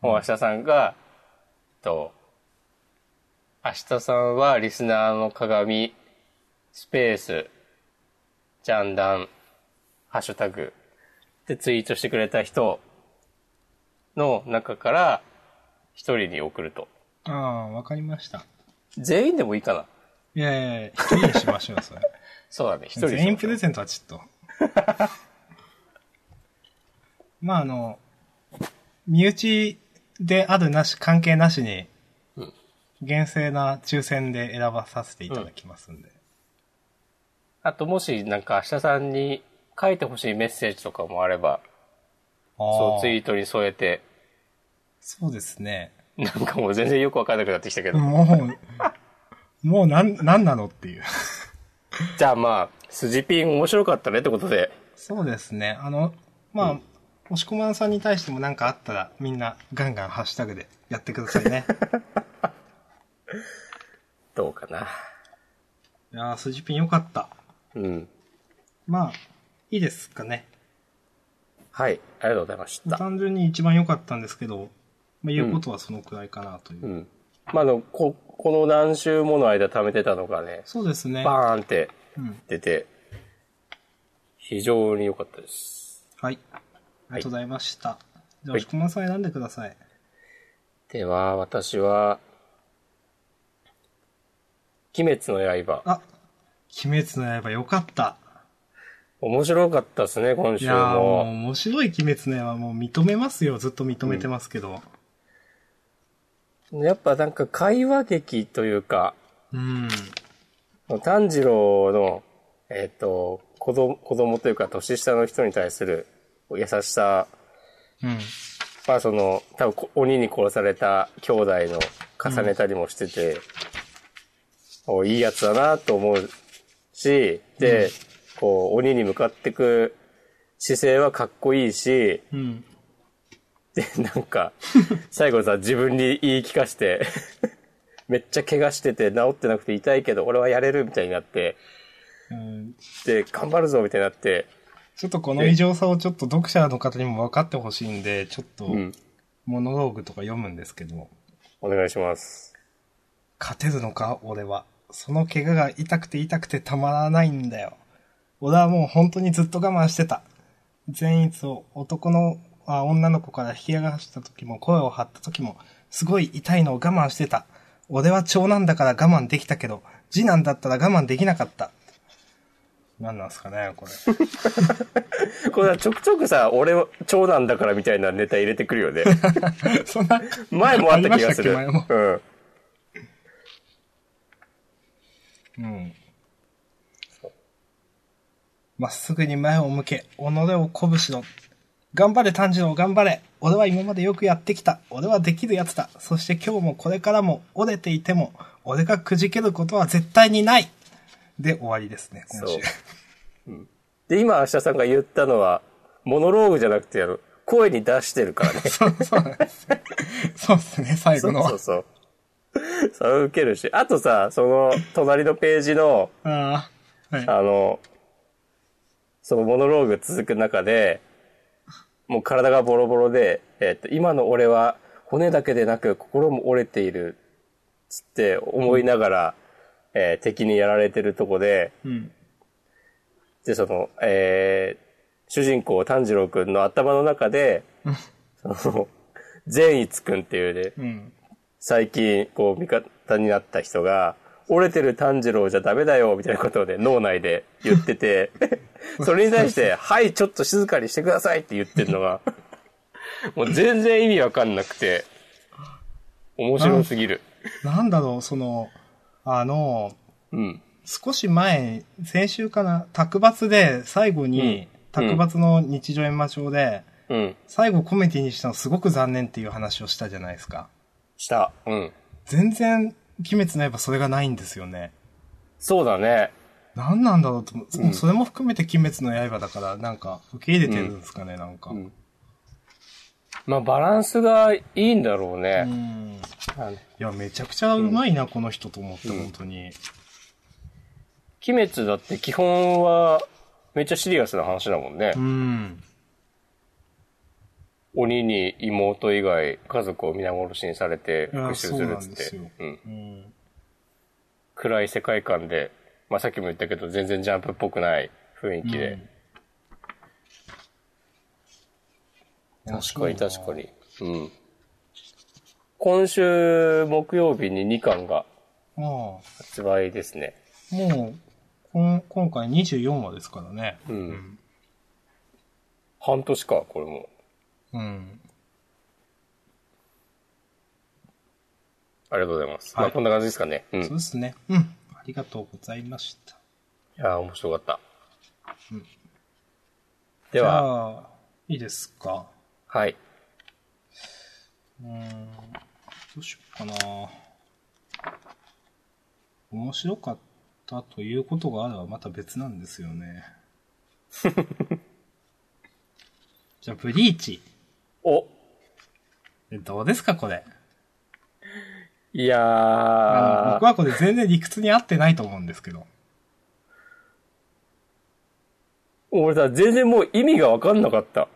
もう明日さんが、えっと、明日さんはリスナーの鏡、スペース、ジャンダン、ハッシュタグでツイートしてくれた人の中から一人に送ると。ああ、わかりました。全員でもいいかないやいやいや、一人にしましょう、それ。そうだね、 *laughs* 一人全員でプレゼントはちょっと。 *laughs* まああの、身内であるなし、関係なしに、うん厳正な抽選で選ばさせていただきますんで。あともしなんか明日さんに書いてほしいメッセージとかもあれば、そうツイいートに添えて、そうですね。なんかもう全然よくわかんなくなってきたけど。もう、もうなん、なんなのっていう。じゃあまあ、筋ピン面白かったねってことで。そうですね。あの、まあ、押し込まんさんに対しても何かあったら、みんなガンガンハッシュタグでやってください *laughs* ね。どうかな。いやー、スジピンよかった。うん。まあ、いいですかね。はい。ありがとうございました。単純に一番良かったんですけど、まあ、言うことはそのくらいかなという。うん。まあ、あの、こ、この何週もの間貯めてたのがね、そうですね。バーンってうん。出て、非常に良かったです。はい。ありがとうございました。じゃあ、はい押し込まんさん選んでください。では、私は、鬼滅の刃。あ、鬼滅の刃良かった。面白かったですね、今い週やーもうも。面白い鬼滅の刃もう認めますよ。ずっと認めてますけど。やっぱなんか会話劇というか、うん。炭治郎の、えっ、と、子供、子供というか年下の人に対する優しさ、うん。まあその、多分こ鬼に殺された兄弟の重ねたりもしてて、おいいやつだなと思うし、で、こう、鬼に向かってく姿勢はかっこいいし、うん。で、なんか、最後さ、自分に言い聞かして、 *laughs* めっちゃ怪我してて治ってなくて痛いけど、俺はやれるみたいになって、うんで、頑張るぞみたいになって、ちょっとこの異常さをちょっと読者の方にも分かってほしいんで、ちょっとうん。モノローグとか読むんですけど、お願いします。勝てるのか俺は。その怪我が痛くて痛くてたまらないんだよ。俺はもう本当にずっと我慢してた。善逸を男の、あ、女の子から引き上がした時も声を張った時も、すごい痛いのを我慢してた。俺は長男だから我慢できたけど、次男だったら我慢できなかった。何なんすかね、これ。 *laughs* これはちょくちょくさ、俺は長男だからみたいなネタ入れてくるよ *laughs* ね。そんな、前もあった気がする。ありましたっけうん。うん。まっすぐに前を向け、己を鼓舞しろ。頑張れ炭治郎頑張れ俺は今までよくやってきた俺はできるやつだそして今日もこれからも折れていても、俺がくじけることは絶対にないで終わりですね、今そう週。で、今、明日さんが言ったのは、モノローグじゃなくて、あの、声に出してるから *laughs* ね。そうそうなんですね。そうっすね、最そ後の。うそう。それ受けるし。あとさ、その、隣のページの、ああ。はい。あの、そのモノローグが続く中で、もう体がボロボロで、えっと、今の俺は骨だけでなく心も折れている、つって思いながら、えー敵にやられてるとこで、うん。で、その、えー主人公炭治郎くんの頭の中で、その、善逸くんっていうね、うん。最近、こう、味方になった人が、折れてる炭治郎じゃダメだよ、みたいなことをね、脳内で言ってて、 *laughs* それに対 *laughs* して、はい、ちょっと静かにしてくださいって言ってるの *laughs* が、もう全然意味わかんなくて、面白すぎる。なんだろう、その、あの、うん。少し前、先週かな、卓抜で最後に、うん卓抜の日常円満町で、うん。最後コメディにしたのすごく残念っていう話をしたじゃないですか。した。うん。全然、鬼滅の刃それがないんですよね。そうだね。何なんだろうと思う、それも含めて鬼滅の刃だから、なんか、受け入れてるんですかね、なんか。んまあ、バランスがいいんだろううね。ん。あのいや、めちゃくちゃうまいな、この人と思って、本当に。鬼滅だって基本は、めっちゃシリアスな話だもんね。うん。鬼に妹以外、家族を皆殺しにされて復あ讐あすそうるなっんつっですてよ。うんうん。暗い世界観で、まあ、さっきも言ったけど、全然ジャンプっぽくない雰囲気で。確かに確かに。うん。今週木曜日に2巻がああ。も発売ですね。う、こん今回24話ですからね。うん。半年か、これも。うん。ありがとうございます。はいまあこんな感じですかね。うん。いそうですね。うん。ありがとうございました。やー、面白かった。うんでは、じゃあ、いいですか。はい。うーん。どうしようかな。面白かったということがあればまた別なんですよ *laughs* ね。じゃあ、ブリーチ。おえどうですか、これ。いやあのー僕、はこれ全然理屈に合ってないと思うんですけど。俺さ、全然もう意味がわかんなかった。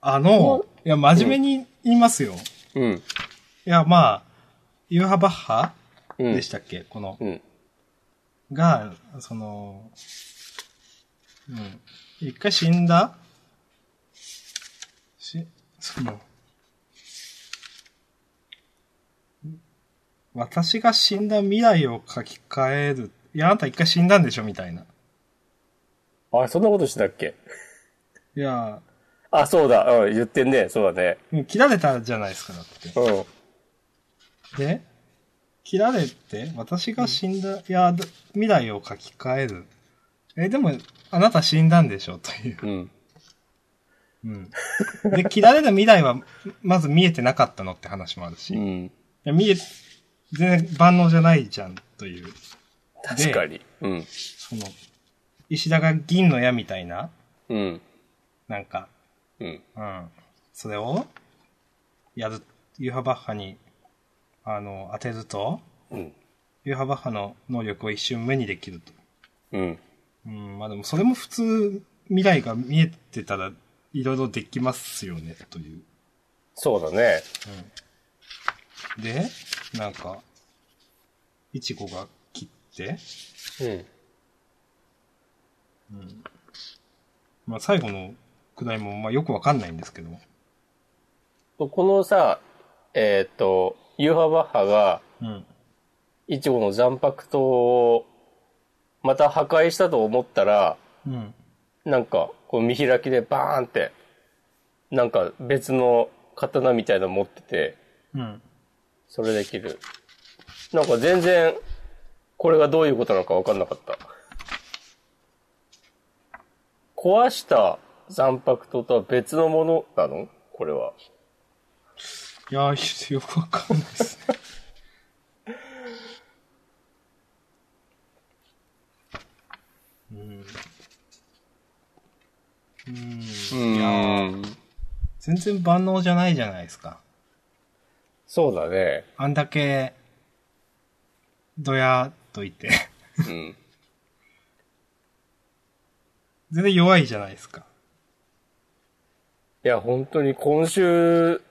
あの、いや、真面目に言いますよ。いうん。や、まあ、ユーハバッハうん。でしたっけ、この。うん。が、その、うん。一回死んだし、その、私が死んだ未来を書き換える。いや、あなた一回死んだんでしょみたいな。あれ、そんなことしてたっけいや、あ、そうだ。うん、言ってんね。そうだね。もう切られたじゃないですか、だって。うん。で、切られて、私が死んだ、いや、ど未来を書き換える。え、でも、あなた死んだんでしょという。うん。うん。で、切られた未来は、まず見えてなかったのって話もあるし、ういん。や見え、全然万能じゃないじゃん、という。確かに。うん。その、石田が銀の矢みたいな、うん。なんか、うん。うん。それを、やる、ユーハバッハに、あの、当てると、うん。ユーハバッハの能力を一瞬無にできると。うん。うん、まあでもそれも普通、未来が見えてたら、いろいろできますよね、という。そうだね。で、なんか、いちごが切って、うん。まあ最後のくだりもまあよくわかんないんですけど。このさ、えっ、と、ユーハバッハが、うん。イチゴの残白刀を、また破壊したと思ったら、うん。なんか、こう見開きでバーンって、なんか別の刀みたいなの持ってて、うん。それできる。なんか全然、これがどういうことなのか分かんなかった。壊した残白刀とは別のものなのこれは。いやー、 *laughs* よくわかんないですね。 *laughs* うん。うん。いやー全然万能じゃないじゃないですか。そうだね。あんだけ、どやーっといて。うん。 *laughs* 全然弱いじゃないですか。いや、本当に今週、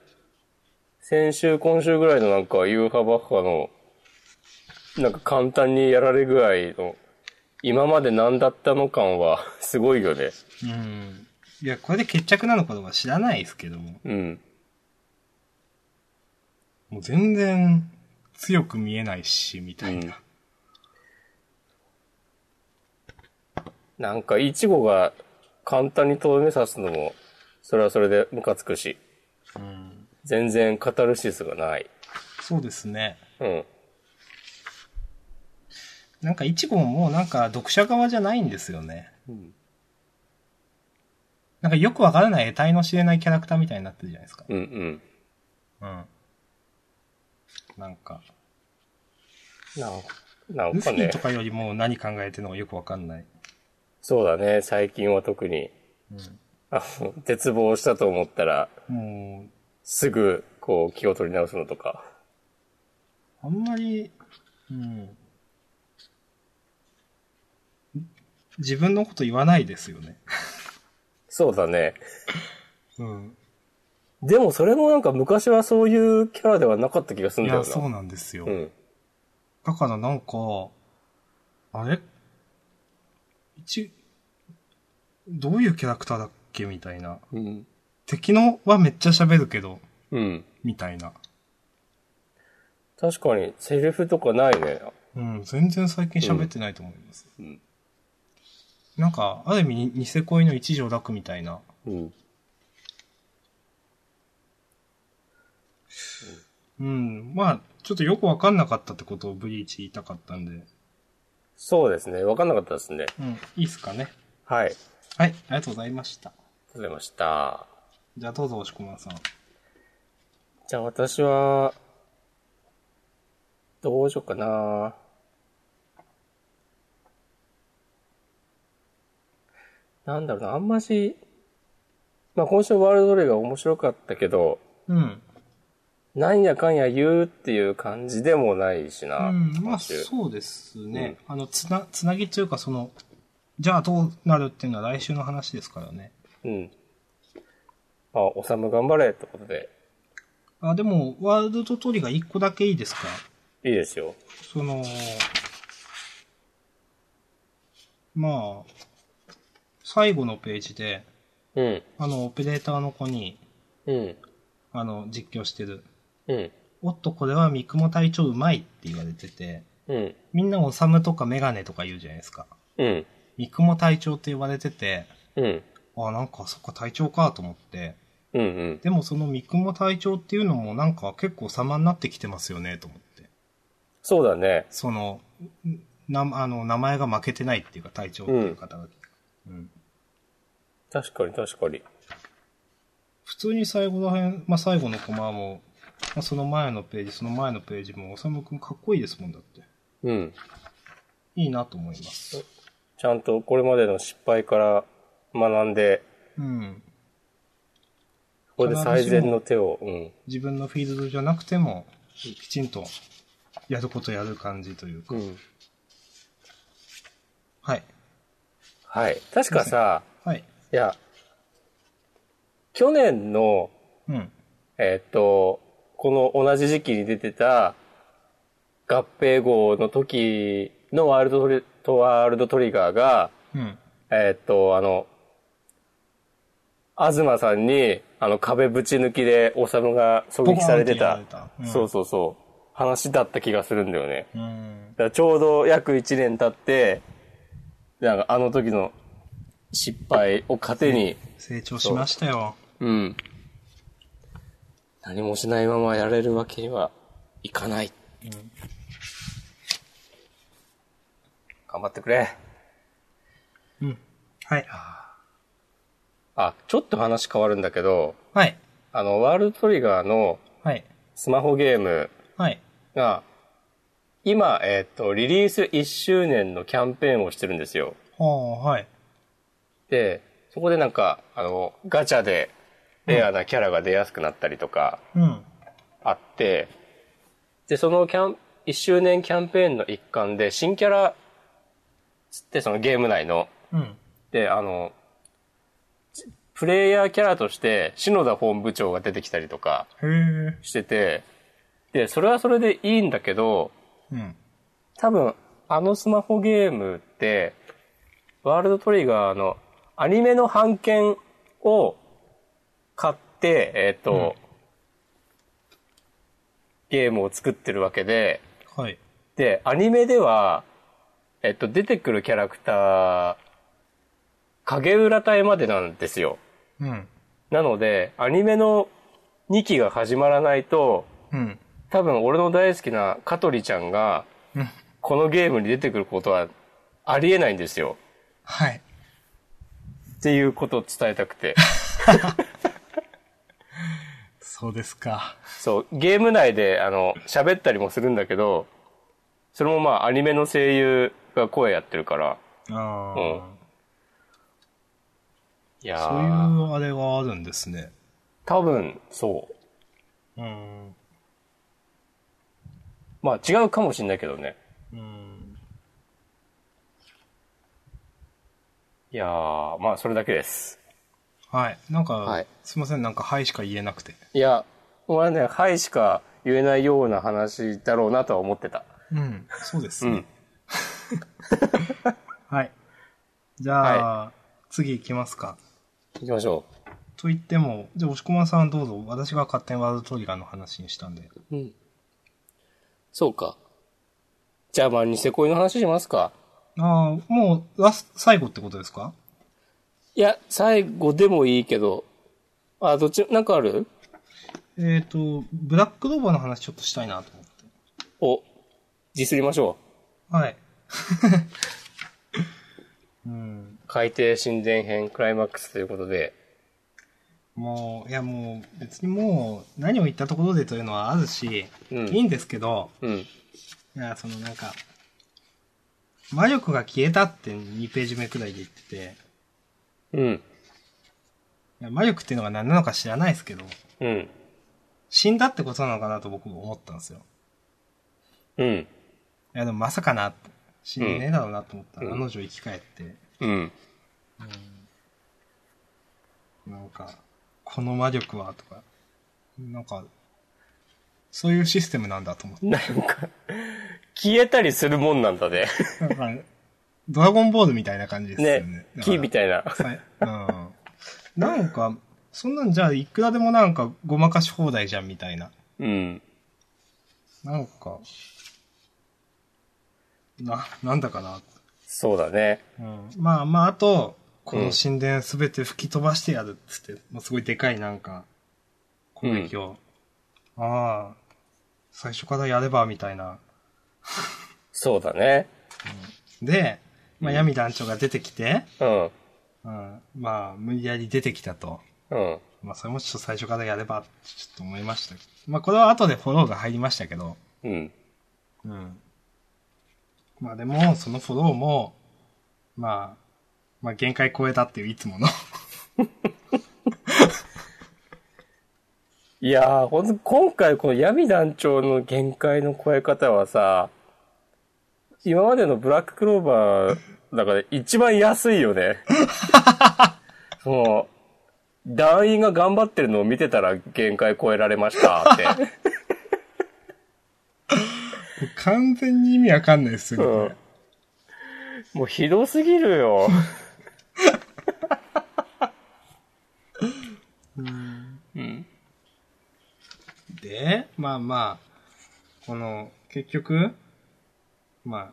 先週、今週ぐらいのなんか、ユーハバッハの、なんか簡単にやられ具合の、今まで何だったの感は、 *laughs* すごいよね。うん。いや、これで決着なのかどうか知らないですけども、うん。もう全然強く見えないし、みたいな。なんか、イチゴが簡単にとどめ刺すのも、それはそれでムカつくし、うん。全然カタルシスがない。そうですね。うん。なんか、いちごももうなんか読者側じゃないんですよね。うん。なんかよくわからない得体の知れないキャラクターみたいになってるじゃないですか。うんうん。うん。なんか、なんか、なんルフかィねと、かよりも何考えてるのかよくわかんない。そうだね、最近は特に。うん。あの絶望したと思ったら、もう、すぐ、こう、気を取り直すのとか。あんまり、うん。自分のこと言わないですよね。そうだね。うん。でもそれもなんか昔はそういうキャラではなかった気がするいんだよや、な。そうなんですよ。うん。だからなんか、あれ一、どういうキャラクターだっけみたいな。うん。敵のはめっちゃ喋るけど、うん。みたいな。確かに、セリフとかないね。うん、全然最近喋ってないと思います。うんなんか、ある意味に、ニセ恋の一条楽みたいな。うん。うん、まあ、ちょっとよくわかんなかったってことをブリーチ言いたかったんで。そうですね。わかんなかったですね。うん、いいっすかね。はい。ありがとはい、ありがとうございました。うございました。じゃあどうぞ、押し込まさん。じゃあ私は、どうしようかな。なんだろうな、あんまし、まあ今週ワールドレイが面白かったけど、うん。なんやかんや言うっていう感じでもないしうな。ん、まあ今週そうですね。あの、つな、つなぎというか、その、じゃあどうなるっていうのは来週の話ですからね。うん。まあ、おさむ頑張れってことで、あ、でも、ワールドとトリが一個だけいいですかいいですよ。その、まあ、最後のページで、うん、あの、オペレーターの子に、うん、あの、実況してる。うん、おっと、これは三雲隊長うまいって言われてて、うん、みんなおさむとかメガネとか言うじゃないですか。うん、三雲隊長って言われてて、うん、あ、なんかそっか隊長かと思って。うん、うん。でもその三雲隊長っていうのもなんか結構様になってきてますよねと思って。そうだね。その、な、あの、名前が負けてないっていうか隊長っていう方が。うん確かに確かに。普通に最後ら辺、まあ、最後のコマも、まあ、その前のページ、その前のページも、おさむくんかっこいいですもんだって。うん。いいなと思います。ちゃんとこれまでの失敗から学んで、うん。ここで最善の手を、うん。自分のフィールドじゃなくても、きちんとやることやる感じというか。うん。はい。はい。確かさ、はい。いや、去年の、うん。えっと、この同じ時期に出てた合併号の時のワールドトリとワールドトリガーが、うん。えっと、あの、東さんに、あの、壁ぶち抜きで、おさむが狙撃されてたボコーンってやられたうんそうそうそう、話だった気がするんだよね。うんだ。からちょうど約1年経って、なんかあの時の失敗を糧に、成長しましたよ。うん。何もしないままやれるわけにはいかない。頑張ってくれ。うん。はい。あ、ちょっと話変わるんだけど、はい。あの、ワールドトリガーのはい。スマホゲームはい。が、今、えっ、と、リリース1周年のキャンペーンをしてるんですよ。はあ、はい。で、そこでなんか、あの、ガチャでレアなキャラが出やすくなったりとか、うん。あって、で、そのキャン、1周年キャンペーンの一環で、新キャラ、つってそのゲーム内の、うん。で、あの、プレイヤーキャラとして、篠田本部長が出てきたりとかへえ。してて、で、それはそれでいいんだけど、うん。多分、あのスマホゲームって、ワールドトリガーのアニメの版権を買って、えっ、と、ゲームを作ってるわけで、はい。で、アニメでは、えっと、出てくるキャラクター、影浦隊までなんですよ。うん。なので、アニメの2期が始まらないと、うん。多分俺の大好きな香取ちゃんが、うん。このゲームに出てくることはありえないんですよ。はい。っていうことを伝えたく *laughs* て。そうですか。そう、ゲーム内で、あの、喋ったりもするんだけど、それもまあ、アニメの声優が声やってるから、ああ、うんいやそういーうあれがあるんですね。多分、そう。うん。まあ違うかもしんないけどね。うん。いやー、まあそれだけです。はい。なんか、はいすいません、なんか、はいしか言えなくて。いや、俺はね、はいしか言えないような話だろうなとは思ってた。うん。そうですうね。ん。 *laughs* はい。じゃあ、次行きますか。行きましょと言っても、じゃあ、押駒さんどうぞ。私が勝手にワールドトリガーの話にしたんで。う。うん。そうか。じゃあまあニセ恋の話しますか。ああ、もう、ラス、最後ってことですかいや、最後でもいいけど。あ、どっち、なんかあるえっ、と、ブラックローバーの話ちょっとしたいなと思って。お、ディスりましょはい。 *laughs* うんう。。海底神殿編クライマックスということで。もう、いやもう、別にもう、何を言ったところでというのはあるし、うんいいんですけど、うん。いや、そのなんか、魔力が消えたって2ページ目くらいで言ってて、うん。いや魔力っていうのが何なのか知らないですけど、うん。死んだってことなのかなと僕も思ったんですよ。うん。いや、でもまさかな、死んでねえだろうなと思ったら、うん彼女生き返って、うん。なんか、この魔力は、とか、なんか、そういうシステムなんだと思って。なんか、消えたりするもんなんだね。なんか、ドラゴンボールみたいな感じですよね。ね。木みたいな。たいな。うん。なんか、そんなんじゃあ、いくらでもなんか、ごまかし放題じゃん、みたいな。うん。なんか、な、なんだかな。そうだね。うん。まあまあ、あと、この神殿すべて吹き飛ばしてやるっつって、もうすごいでかいなんか、攻撃を。ああ、最初からやれば、みたいな。そうだね。で、まあ、うん闇団長が出てきて、うん。うん、まあ、無理やり出てきたと。うん。まあ、それもちょっと最初からやれば、ちょっと思いましたけど。まあ、これは後でフォローが入りましたけど、うん。うん。まあ、でも、そのフォローも、まあ、まあ、限界超えたっていういつもの。いやー、ほんと今回この闇団長の限界の超え方はさ、今までのブラッククローバーの中で一番安いよね。その、団員が頑張ってるのを見てたら限界超えられましたって。完全に意味わかんないですようねん。もうひどすぎるよ。うん。で、まあまあ、この、結局、まあ、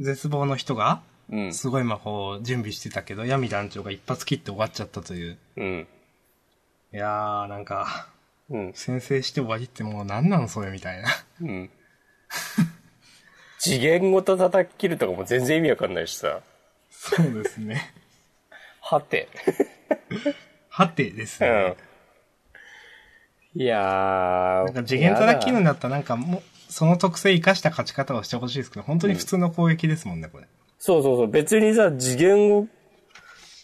絶望の人が、うん。すごい魔法を準備してたけど、闇団長が一発切って終わっちゃったという。うん。いやー、なんか、うん。先制して終わりってもう何なのそれみたいな。うん。次元ごと叩き切るとかも全然意味わかんないしさ。そうですね。はて。はてですうね。ん。いやー。なんか次元叩き切るんだったらなんかもう、その特性生かした勝ち方をしてほしいですけど、本当に普通の攻撃ですもんね、これ。そうそうそう。別にさ、次元を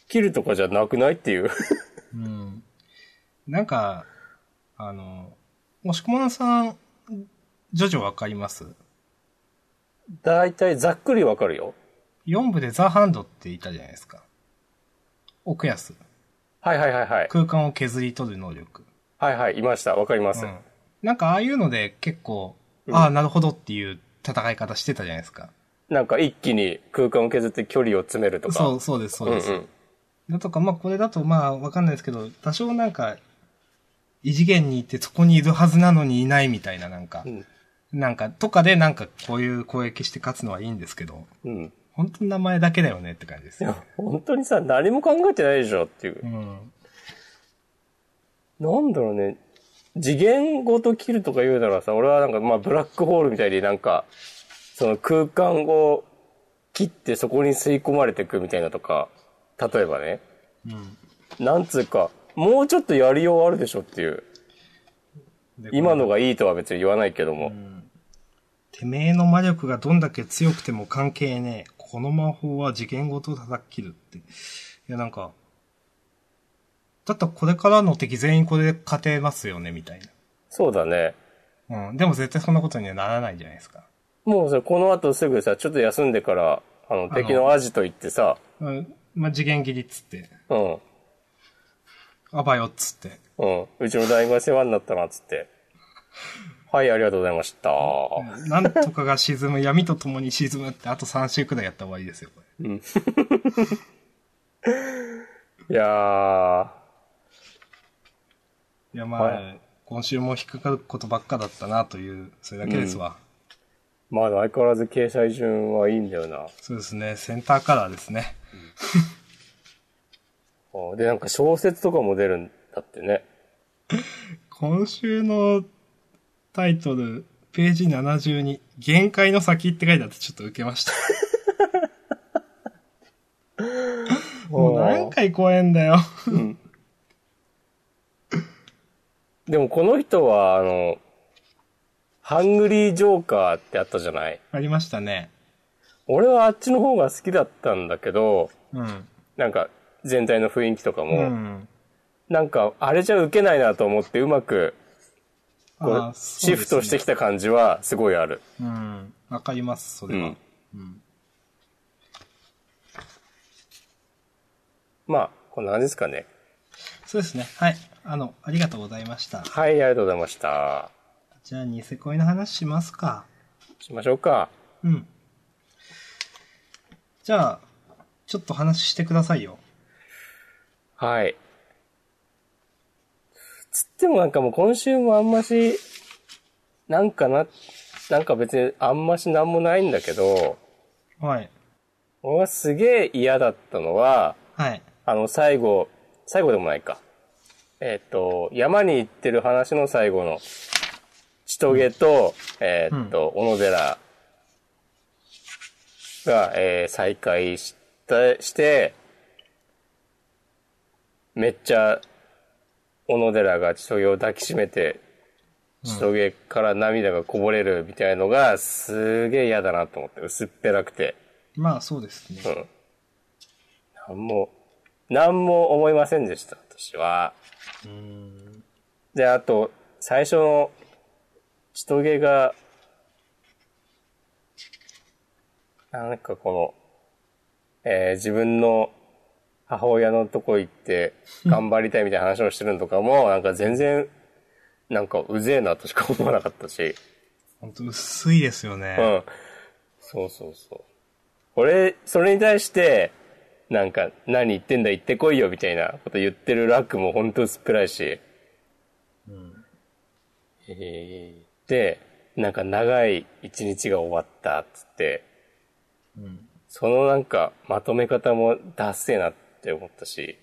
切るとかじゃなくないっていう。 *laughs* うん。なんか、あの、もしこまさん、ジョジョわかりますだいたいざっくりわかるよ。 4部でザ・ハンドっていたじゃないですか。奥安。はいはいはいはい。空間を削り取る能力。はいはい、いました。わかります。うん。なんかああいうので結構、ああ、なるほどっていう戦い方してたじゃないですか。なんか一気に空間を削って距離を詰めるとか。そう、そうです、そうです。うんうん。だとか、まあこれだとまあわかんないですけど、多少なんか、異次元に行ってそこにいるはずなのにいないみたいななんか、うんなんか、とかでなんかこういう攻撃して勝つのはいいんですけど、うん。本当に名前だけだよねって感じですいやよ。本当にさ、何も考えてないでしょっていうう。ん。なんだろうね。次元ごと切るとか言うならさ、俺はなんか、まあ、ブラックホールみたいになんか、その空間を切ってそこに吸い込まれていくみたいなとか、例えばね、うん。なんつうか、もうちょっとやりようあるでしょっていう。で今のがいいとは別に言わないけども。てめえの魔力がどんだけ強くても関係ねえ。この魔法は次元ごと叩き切るって。いや、なんか、だったらこれからの敵全員これで勝てますよね、みたいそうだね。な。うん。でも絶対そんなことにはならないじゃないですか。もうさ、この後すぐさ、ちょっと休んでから、あの、敵のアジト行ってさ、うん。まあ、次元切りっつって、うん、あばよっつって。うん、うちの大が世話になったな、つって。はい、ありがとうございました。なんとかが沈む、闇と共に沈むって、あと3週くらいやったら終わりですよ、これ。いやー、いや、まあ、はい今週も引っかかることばっかだったな、という、それだけですわ。まだ相変わらず掲載順はいいんだよな。そうですね、センターカラーですね。あで、なんか小説とかも出るんだってね。今週のタイトル、ページ72、限界の先って書いてあってちょっと受けました。もう何回怖えんだよ。 *laughs* でもこの人は、あの、ハングリージョーカーってあったじゃないありましたね。俺はあっちの方が好きだったんだけど、うん。なんか全体の雰囲気とかうも、ん。なんかあれじゃ受けないなと思ってうまくこあうーそうシですねフトしてきた感じはすごいある。うん。わかります、それは。うんまあ、こんな感じですかね。そうですね。はい。あの、ありがとうございました。はい、ありがとうございました。じゃあ、ニセ恋の話しますか。しましょうか。うん。じゃあ、ちょっと話してくださいよ。はい。つってもなんかもう今週もあんまし、なんかな、なんか別にあんましなんもないんだけど、はい。俺がすげえ嫌だったのは、はい。あの最後、最後でもないか。えっ、と、山に行ってる話の最後の、千棘と、えっ、と、小野寺が、えー再会した、して、めっちゃ、小野寺が千棘を抱きしめて、千棘から涙がこぼれるみたいのが、すげえ嫌だなと思って、薄っぺらくて。まあ、そうですね。なんも、なんも思いませんでした、私は。で、あと、最初の、ちとげが、なんかこの、えー自分の母親のとこ行って頑張りたいみたいな話をしてるのとかも、なんか全然、なんかうぜえなとしか思わなかったし。ほんと、薄いですよね。うん。そうそうそう。俺、それに対して、なんか、何言ってんだ言ってこいよみたいなこと言ってるラックも本当薄っぺらいし。えーで、なんか長い一日が終わったっつって、そのなんかまとめ方もダッセーなって思ったし。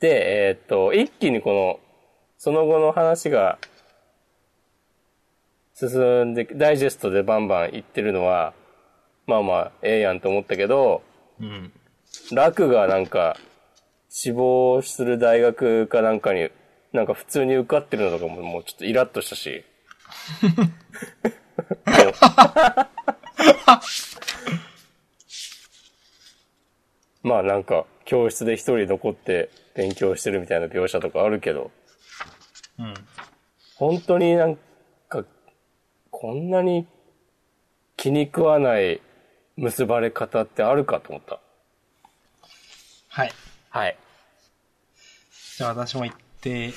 で、えーっと、一気にこの、その後の話が進んで、ダイジェストでバンバンいってるのは、まあまあ、ええやんと思ったけど、うん。ラクがなんか、死亡する大学かなんかに、なんか普通に受かってるのとかももうちょっとイラッとした *laughs* し。まあなんか、教室で一人残って勉強してるみたいな描写とかあるけど、うん。本当になんか、こんなに気に食わない結ばれ方ってあるかと思った。はい。はい。じゃあ私も言って、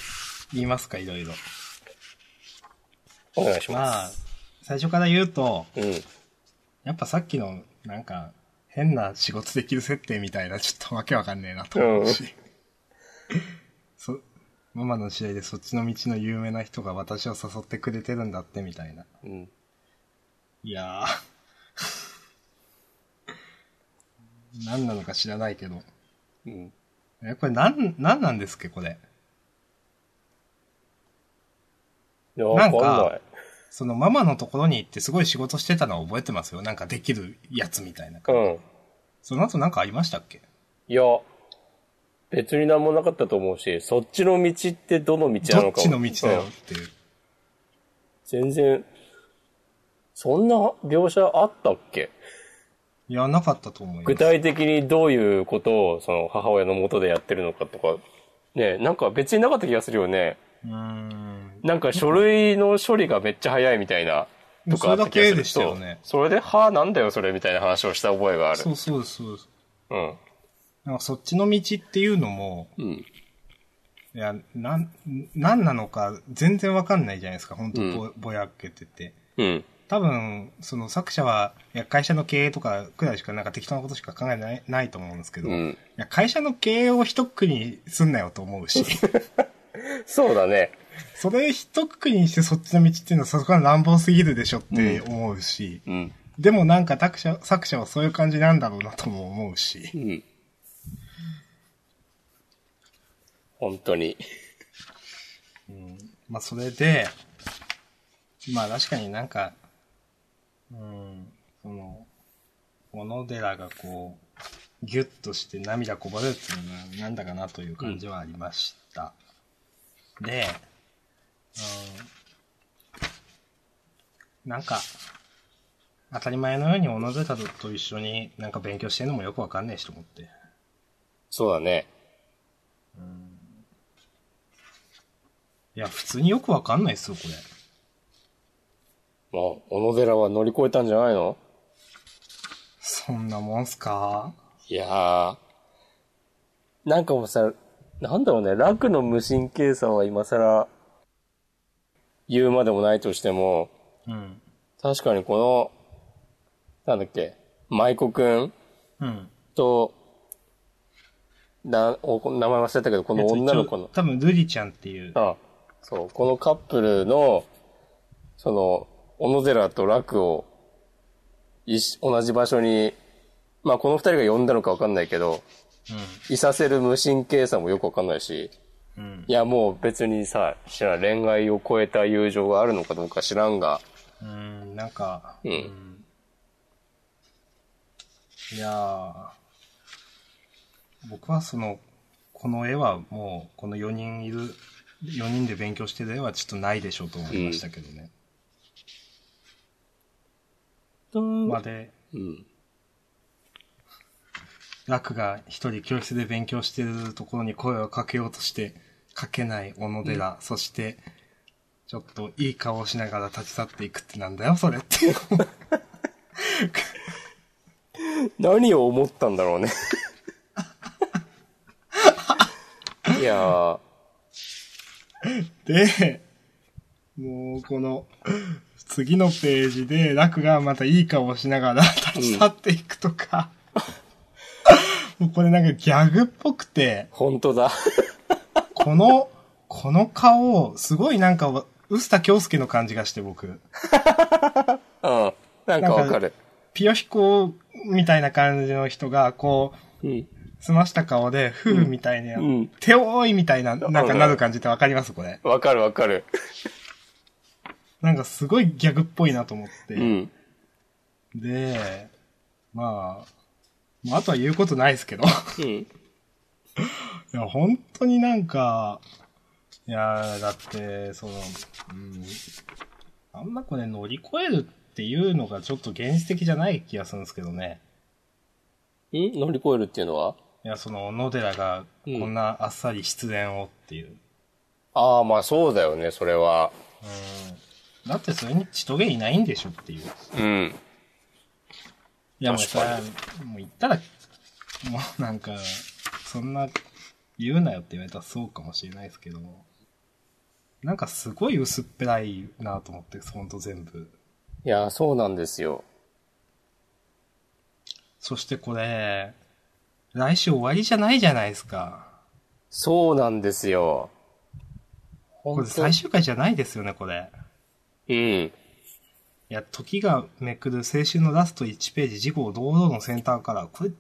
言いますか、いろいろ。お願いしままあす。、最初から言うと、うん。やっぱさっきの、なんか、変な仕事できる設定みたいな、ちょっとわけわかんねえなと思うし。そ、ママの試合でそっちの道の有名な人が私を誘ってくれてるんだって、みたいな。うん。いやー。何なのか知らないけど。うん。え、これなん、なんなんですっけ、これ。いや、わかんなんなかい。そのママのところに行ってすごい仕事してたのは覚えてますよ。なんかできるやつみたいな。うん。その後なんかありましたっけいや、別になんもなかったと思うし、そっちの道ってどの道などのっかちもの道だようんっていう。全然、そんな描写あったっけいいや、なかったと思いま具す。体的にどういうことをその母親の元でやってるのかとか、ね、なんか別になかった気がするよね。うーん。なんか書類の処理がめっちゃ早いみたいな。とかあった気がすそるれだけでしたよねそうそれで、はあ、なんだよ、それ、みたいな話をした覚えがある。そうそうですそうです。うん。なんかそっちの道っていうのも、うん。いや、なん、なんなのか全然わかんないじゃないですか。本当ぼ,、うぼやけてて。うん。多分、その作者は、いや、会社の経営とかくらいしかなんか適当なことしか考えてないないと思うんですけど、ういん。や、会社の経営を一括りにすんなよと思 *laughs* うし、そうだね。それ一括りにしてそっちの道っていうのはさすがに乱暴すぎるでしょって思うし、うん。でもなんか作者作者はそういう感じなんだろうなとも思ううし、ん。本当に。まあそれで、まあ確かになんか、うん、その、小野寺がこう、ギュッとして涙こぼれるっていうのはなんだかなという感じはありました。で、うん、なんか、当たり前のように小野寺と一緒になんか勉強してるのもよくわかんねえしと思って。そうだね。いや、普通によくわかんないっすよ、これ。まあ、小野寺は乗り越えたんじゃないのそんなもんすかいやー。なんかもうさ、なんだろうね、楽の無神経さは今更、言うまでもないとしても、うん。確かにこの、なんだっけ、舞子くんうん。と、な、お名前忘れたけど、この女の子の一応、多分、ルリちゃんっていう。あそう、このカップルの、その、小野寺と楽を、いし同じ場所に、まあこの二人が呼んだのかわかんないけど、いさせる無神経さもよくわかんないし、うん。うん。いやもう別にさ、知らん恋愛を超えた友情があるのかどうか知らんが、うん、なんか、うんんいやー、僕はその、この絵はもう、この4人いる、4人で勉強してる絵はちょっとないでしょうと思いましたけどね。まあで、うん。ラクが一人教室で勉強してるところに声をかけようとして、かけない小野寺、そして、ちょっといい顔をしながら立ち去っていくってなんだよ、それ *laughs* って。何を思ったんだろう *laughs* ね。いやー、で、もうこの、次のページで、ラクがまたいい顔をしながら立ち去っていくと *laughs* か、もうこれなんかギャグっぽくて、本当だ。この、この顔、すごいなんか、臼田京介の感じがして僕。うん。なんかわかる。ピヨヒコみたいな感じの人が、こう、うん。澄ました顔で、ふうみたいな、うん手多いみたいな、なんかうんなる感じってわかりますこれ。わかるわかる。なんかすごいギャグっぽいなと思って。うん。で、まあ、まあ、あとは言うことないですけど。うん。いや、本当になんか、いやー、だって、その、うん、あんまこれ乗り越えるっていうのがちょっと現実的じゃない気がするんですけどね。ん乗り越えるっていうのはいや、その、小野寺がこんなあっさり失恋をっていう。ああ、まあそうだよね、それは。うんだってそれにちとげいないんでしょっていう。いうん。やもう確かさ、もう言ったら、もうなんか、そんな言うなよって言われたらそうかもしれないですけども。なんかすごい薄っぺらいなと思って、ほんと全部。いや、そうなんですよ。そしてこれ、来週終わりじゃないじゃないですか。そうなんですよ。こ本れ最終回じゃないですよね、これ。うん。いや、時がめくる青春のラスト1ページ、事故堂々のセンターから、これ、い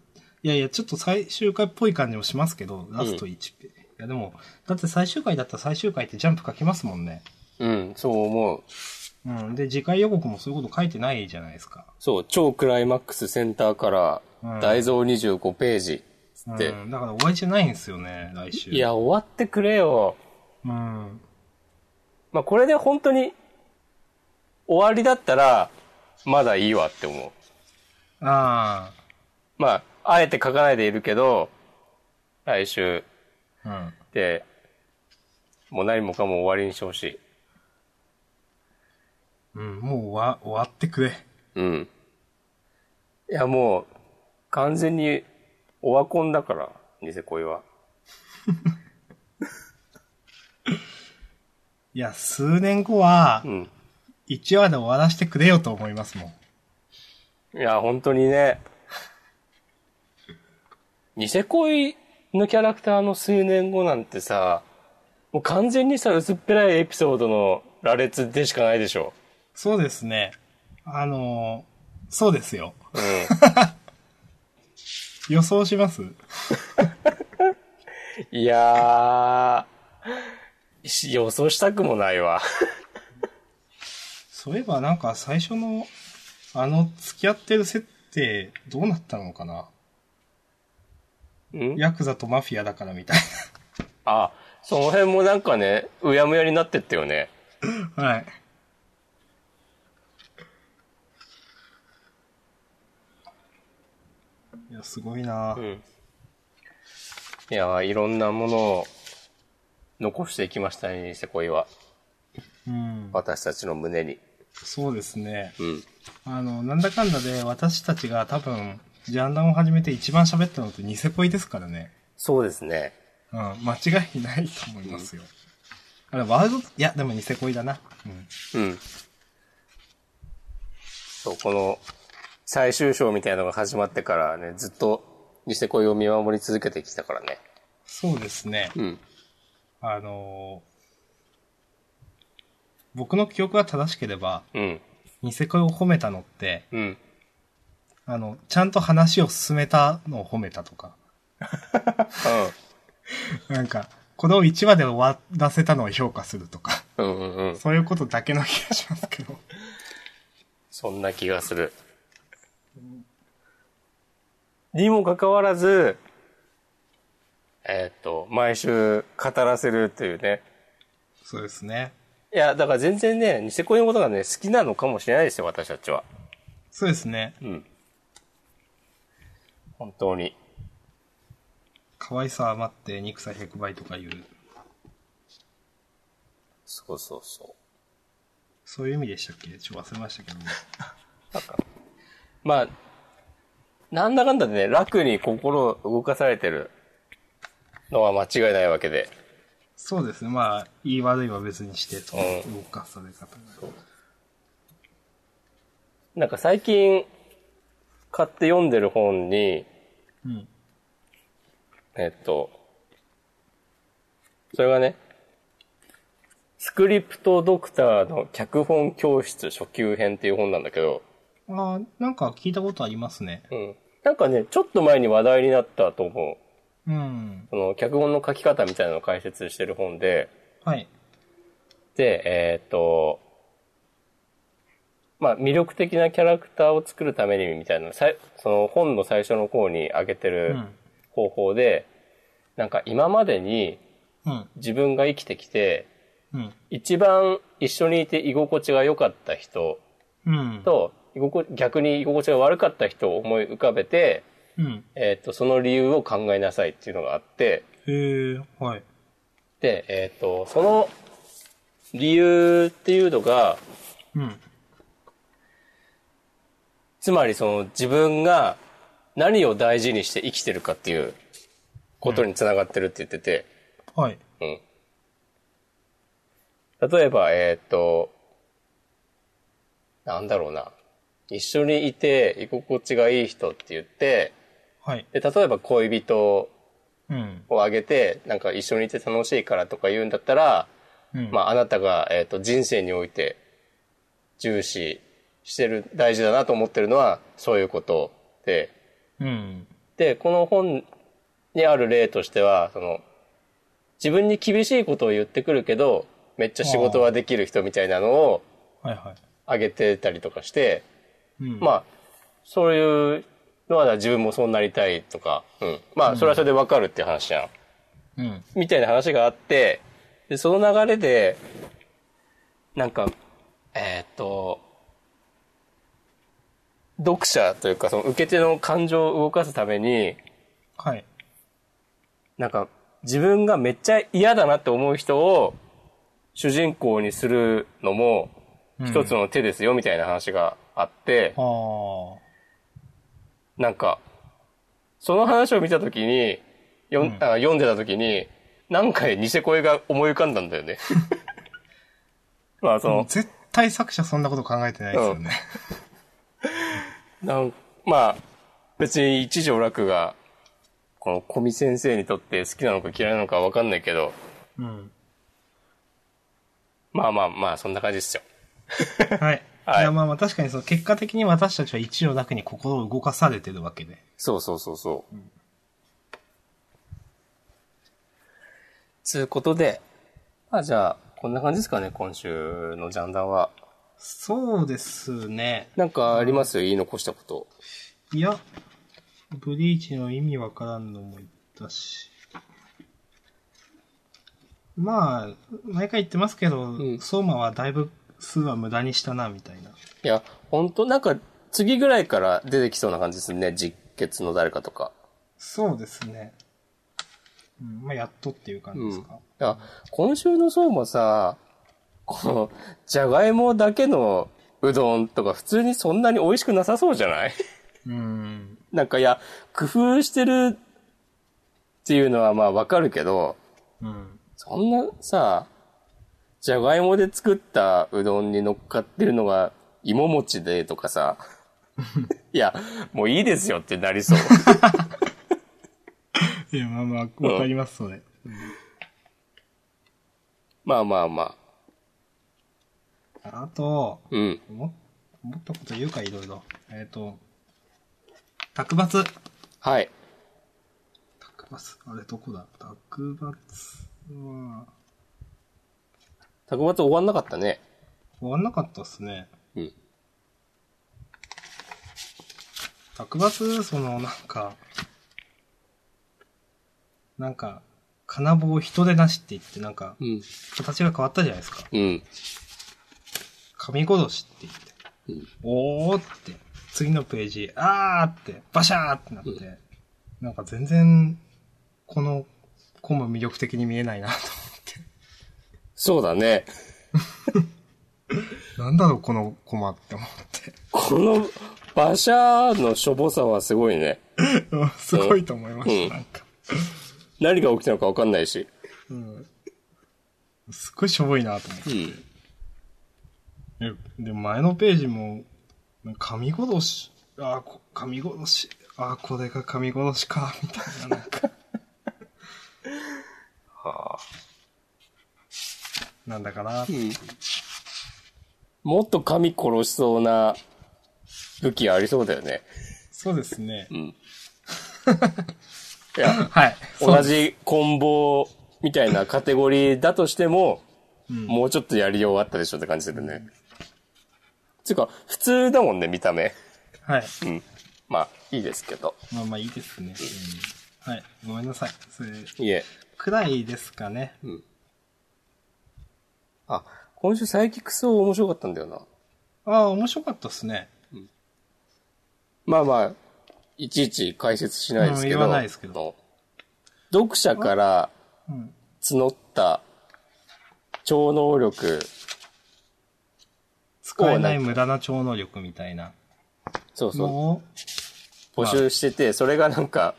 やいや、ちょっと最終回っぽい感じもしますけど、ラスト1ページ。いや、でも、だって最終回だったら最終回ってジャンプ書きますもんね。うん、そう思う。うん。で、次回予告もそういうこと書いてないじゃないですか。そう、超クライマックスセンターからうん、大蔵25ページ。つうっん。て、だから終わりじゃないんですよね、来週。い。や、終わってくれよ。うん。まあこれで本当に、終わりだったら、まだいいわって思う。ああ。まあ、あえて書かないでいるけど、来週うん。で、もう何もかも終わりにしてほしい。うん、もう終わ、終わってくれ。うん。いや、もう、完全に、オワコンだから、ニセ恋は。いや、数年後はう、ん。 1話で終わらせてくれよと思いますもん。いや、本当にね。ニセ恋のキャラクターの数年後なんてさ、もう完全にさ、薄っぺらいエピソードの羅列でしかないでしょ。そうですね。あのーそうですよ。う *laughs* 予想しますん。いやー、し予想したくもないわ。そういえばなんか最初の、あの、付き合ってる設定、どうなったのかなうんヤクザとマフィアだからみたいあ、その辺もなんかね、うやむやになってったよね。な。 *laughs* はい。いや、すごいな、うん。いやー、いろんなものを残していきましたね、ニセ恋は。うん。私たちの胸に。そうですね。うん。あの、なんだかんだで私たちが多分、ジャンダンを始めて一番喋ったのってニセ恋ですからね。そうですね。うん、間違いないと思いますよ。あれ、ワールド、いや、でもニセ恋だな。うん。うん。そう、この最終章みたいなのが始まってからね、ずっとニセ恋を見守り続けてきたからね。そうですね。うん。あのー僕の記憶が正しければ、うん。ニセ恋を褒めたのって、うん。あの、ちゃんと話を進めたのを褒めたとか、なんか、これを1話で終わらせたのを評価するとか、うん。うんうんうん。そういうことだけの気がしますけど。そんな気がする。にもかかわらず、えーっと、毎週語らせるというね。そうですね。いや、だから全然ね、ニセ恋のことがね、好きなのかもしれないですよ、私たちは。そうですね。うん。本当に。可愛さ余って憎さ100倍とかいう、そうそうそそういう意味でしたっけちょっと忘れましたけども。う。まあ、なんだかんだでね、楽に心を動かされてるのは間違いないわけで。そうですね。まあ、言い悪いは別にして、とうん動かされ方が。なんか最近、買って読んでる本に、うん。えっと、それがね、スクリプトドクターの脚本教室初級編っていう本なんだけど、ああ、なんか聞いたことありますね。うん。なんかね、ちょっと前に話題になったと思う。うん。その、脚本の書き方みたいなのを解説してる本で、はい。で、えーっと、まあ、魅力的なキャラクターを作るためにみたいな、さいその本の最初の方に挙げてうるん。方法で、なんか今までにうん。自分が生きてきて、うん。一番一緒にいて居心地が良かった人うん。と、居心地逆に居心地が悪かった人を思い浮かべて、うん。えーっと、その理由を考えなさいっていうのがあって、へえ、はい。で、えーっと、その理由っていうのが、うん。つまりその自分が何を大事にして生きてるかっていうことにつながってるって言ってて、はい。例えば、えーっと、なんだろうな。一緒にいて居心地がいい人って言って、はい。で、例えば恋人うん。をあげて、なんか一緒にいて楽しいからとか言うんだったら、うん。まああなたが、えーっと、人生において重視してる、大事だなと思ってるのはそういうことで、うん。で、この本にある例としては、その、自分に厳しいことを言ってくるけど、めっちゃ仕事はできる人みたいなのをはいは挙げてたりとかして、い。うん。まあ、そういうのは自分もそうなりたいとか、うん。まあ、それはそれでわかるっていう話じゃん。うん。みたいな話があって、で、その流れで、なんか、えーっと、読者というか、その受け手の感情を動かすために、はい。なんか、自分がめっちゃ嫌だなって思う人を主人公にするのもうん一つの手ですよみたいな話があって、あなんか、その話を見たときに、よんうんあ読んでたときに、なんかニセ恋が思い浮かんだんだよね。 *laughs* まあそあの。、絶対作者そんなこと考えてないですよね。なんまあ、別に一条楽が、この小見先生にとって好きなのか嫌いなのかわかんないけど、うん。まあまあまあ、そんな感じですよ。はい。はいいや、まあまあ確かにその結果的に私たちは一応だけに心を動かされてるわけで。そうそうそうそう。つうことで、まあじゃあ、こんな感じですかね、今週のジャンダンは。そうですね。なんかあります言い残したこと。いや、ブリーチの意味わからんのも言ったし。まあ、毎回言ってますけど、ん相馬はだいぶ数は無駄にしたな、みたいな。いや、ほんと、なんか、次ぐらいから出てきそうな感じですね。実血の誰かとか。そうですね。うん、まあ、やっとっていう感じですか。いや、今週のそうもさ、この、じゃがいもだけのうどんとか普通にそんなに美味しくなさそうじゃないうん。なんかいや、工夫してるっていうのはまあわかるけど、うん。そんなさ、じゃがいもで作ったうどんに乗っかってるのが芋餅でとか *laughs* さ、いや、もういいですよってなり *laughs* そう。いや、まあまあ、わかります、それ。まあまあまあ。あと、うん。思思ったこと言うか、いろいろ。えっ、と、卓抜。はい。卓抜。あれ、どこだ卓抜は、卓抜終わんなかったね。終わんなかったっすね。うん。卓抜、その、なんか、なんか、金棒を人でなしって言って、なんかう、ん。形が変わったじゃないですか。うん。神殺しって言って。うんおーって、次のページ、あーって、バシャーってなって、なんか全然、このコム魅力的に見えないなと思 *laughs* っそうだね。て。なんだろう、このコマって思って。この、馬車のしょぼさはすごいね。うん *laughs* すごいと思いました、うんなんか。何が起きたのかわかんないし。うん。すっごいしょぼいなと思って。うん。えで、前のページも、なんか神殺し、あーこ神殺し、あーこれが神殺しか、みたいな、なんか。 *laughs* はあ。なんだかなうん。もっと神殺しそうな武器ありそうだよね。そうですねう。ん。い *laughs* や、はい。同じ棍棒みたいなカテゴリーだとしても、うんもうちょっとやりようあったでしょって感じするね。つうか、普通だもんね、見た目。はい。うん。まあ、いいですけど。まあまあいいですね。はい。ごめんなさい。それいえ。くらいですかね。あ、今週サイキックス面白かったんだよな。ああ、面白かったっすね。まあまあ、いちいち解説しないですけど。うん言わないですけど読者からうん。募った超能力、使えない無駄な超能力みたいなそうそう、のを、募集してて、それがなんか、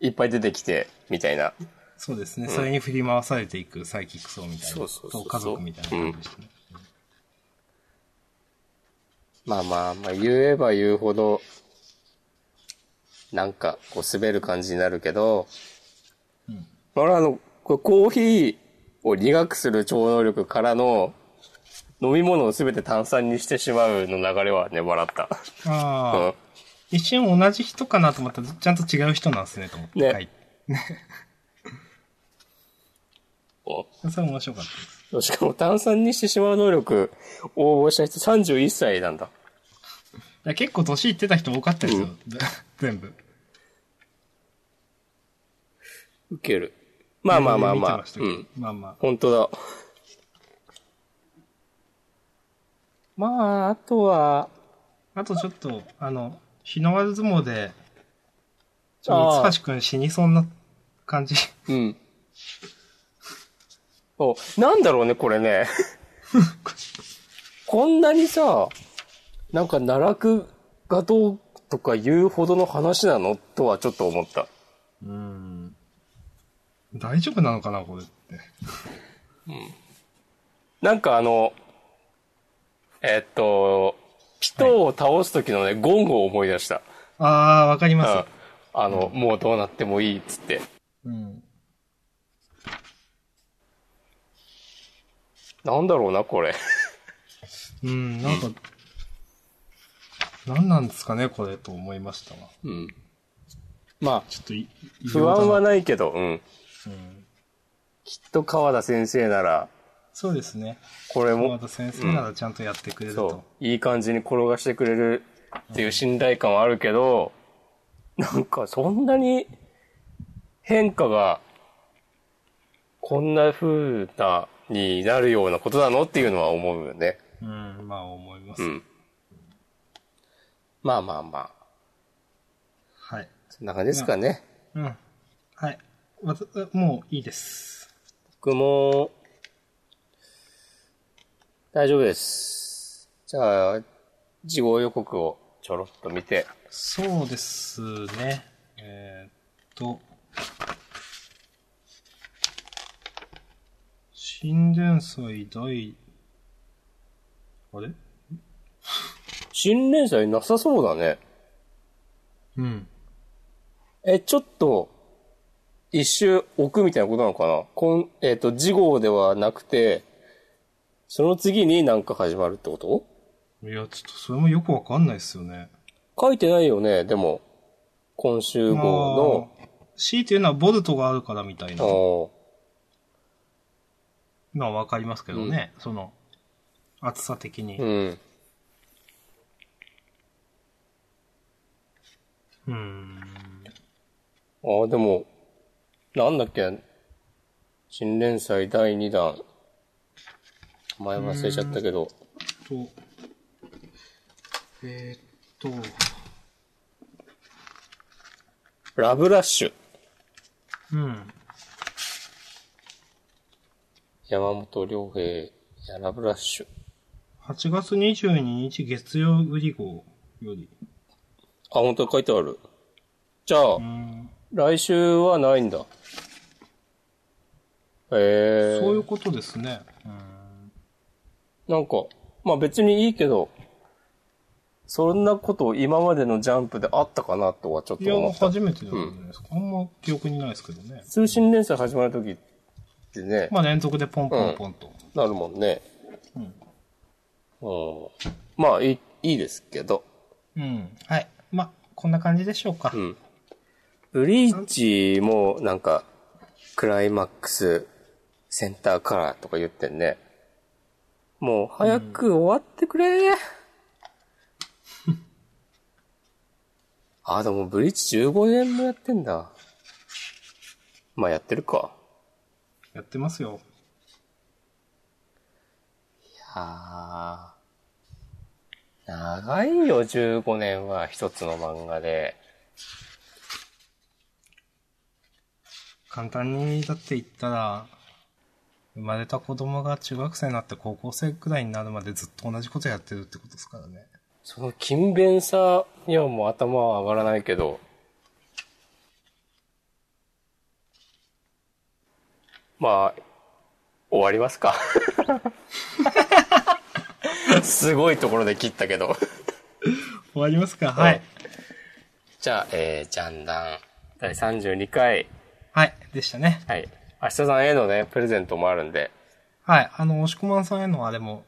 いっぱい出てきて、みたいな。そうですね。それに振り回されていくサイキック層みたいな。そうそうそうそうと家族みたいな感じでしたね。まあまあまあ、言えば言うほど、なんか、こう滑る感じになるけど、まあ俺はあの、これコーヒーを苦くする超能力からの、飲み物をすべて炭酸にしてしまうの流れはね、笑った。うあんあ。。一瞬同じ人かなと思ったら、ちゃんと違う人なんですね、と思って。ねはい。おそれ面白かったです。しかも炭酸にしてしまう能力応募した人31歳なんだ。いや結構年いってた人多かったですよ。う *laughs* 全部。ウケる。まあまあまあま見てあ。したうけどん。まあまあ。本当だ。まあ、あとは、あとちょっと、あの、日の丸相撲で、ちょっと、つくん死にそうな感じ。 *laughs* うん。お、なんだろうね、これ *laughs* ね。こんなにさ、なんか奈落がどうとか言うほどの話なのとはちょっと思った。うん。大丈夫なのかな、これって。なんかあの、えっと、ピトを倒す時のね、ゴンゴを思い出した。あー、わかりうんま。あの、もうどうなってもいいっつって。うん。なんだろうな、これ。す。うん、なんか、何なんですかね、これ、と思いましたわ。うん。まちょっとい、あ、不安はね。ないけど、うん。うんきっと川田先生なら、そうですね。これまも、田先生ならちゃんとやってくれるそと。う、いい感じに転がしてくれるっていう信頼感はあるけど、なんかそんなに変化が、こんな風な、になるようなことなのっていうのは思うよね。うん、まあ思います。うん。まあまあまあ、はい。そんな感じですかね。うん。はい。わたもういいです。僕も、大丈夫です。じゃあ、事後予告をちょろっと見て。そうですね。えーっと。新連祭第、あれ新連載なさそうだね。うん。え、ちょっと、一周置くみたいなことなのかなこん、えっ、と、事後ではなくて、その次になんか始まるってこといや、ちょっとそれもよくわかんないですよね。書いてないよね、でも。今週号の。まあ C っていうのはボルトがあるからみたいあなーのはわかりますけどね。その、厚さ的に。うん。うん。ああ、でも、なんだっけ、新連載第2弾。前忘れちゃったけど。と、えーっと、ラブラッシュ。うん。山本良平。いや、ラブラッシュ。 8月22日月曜売り号より。あ、本当に書いてある。じゃあ、うん。来週はないんだ。へえ。そういうことですね。なんか、まあ別にいいけど、そんなこと今までのジャンプであったかなとはちょっいと思や、った。初めてじゃないですか。あんま記憶にないですけどね。通信連載始まるときってね、まあ連続でポンポンポンと。なるもんね。うん。まあいい、いいですけど。うん。はい。まあ、こんな感じでしょうか。んブリーチもなんか、クライマックス、センターカラーとか言ってんね。もう早く終わってくれ。 *laughs* あ、でもブリーチ15年もやってんだ。まあやってるか。やってますよ。あー長いよ、15年は一つの漫画で。簡単に、だって言ったら、生まれた子供が中学生になって高校生くらいになるまでずっと同じことやってるってことですからね。その勤勉さにはもう頭は上がらないけど。まあ、終わります *laughs* か。すごいところで切ったけど。終わりますかはい。じゃあ、えー、ジャンダン第32回。はい。でしたね。はい。明日さんへのね、プレゼントもあるんで。はい。あの、押し込まんさんへのあれも、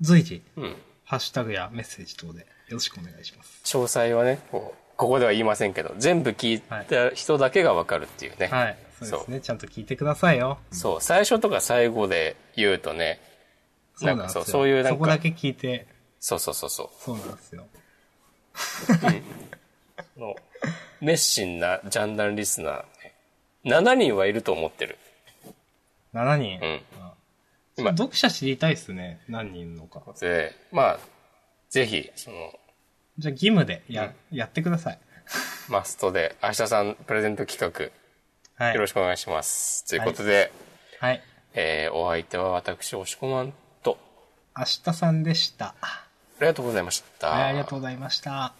随時、うん。ハッシュタグやメッセージ等でよろしくお願いします。詳細はね、こうここでは言いませんけど、全部聞いた人だけがわかるっていうね。はい。そうですね。ちゃんと聞いてくださいよ。そう、最初とか最後で言うとね、そうなんですそよ。うそういうなんかそこだけ聞いて、そうそうそうそう。そうなんですよ。の熱心なジャンダンリスナー、7人はいると思ってる。 7人。うん。そうまあ読者知りたいっすね。何人のか。で、まあ、ぜひ、その、じゃあ義務でや、やってください。マストで、明日さんプレゼント企は画、い。よろしくお願いします。ということで、はい。えー、お相手は私、押し込まんと、明日さんでした。ありがとうございました。はい、ありがとうございました。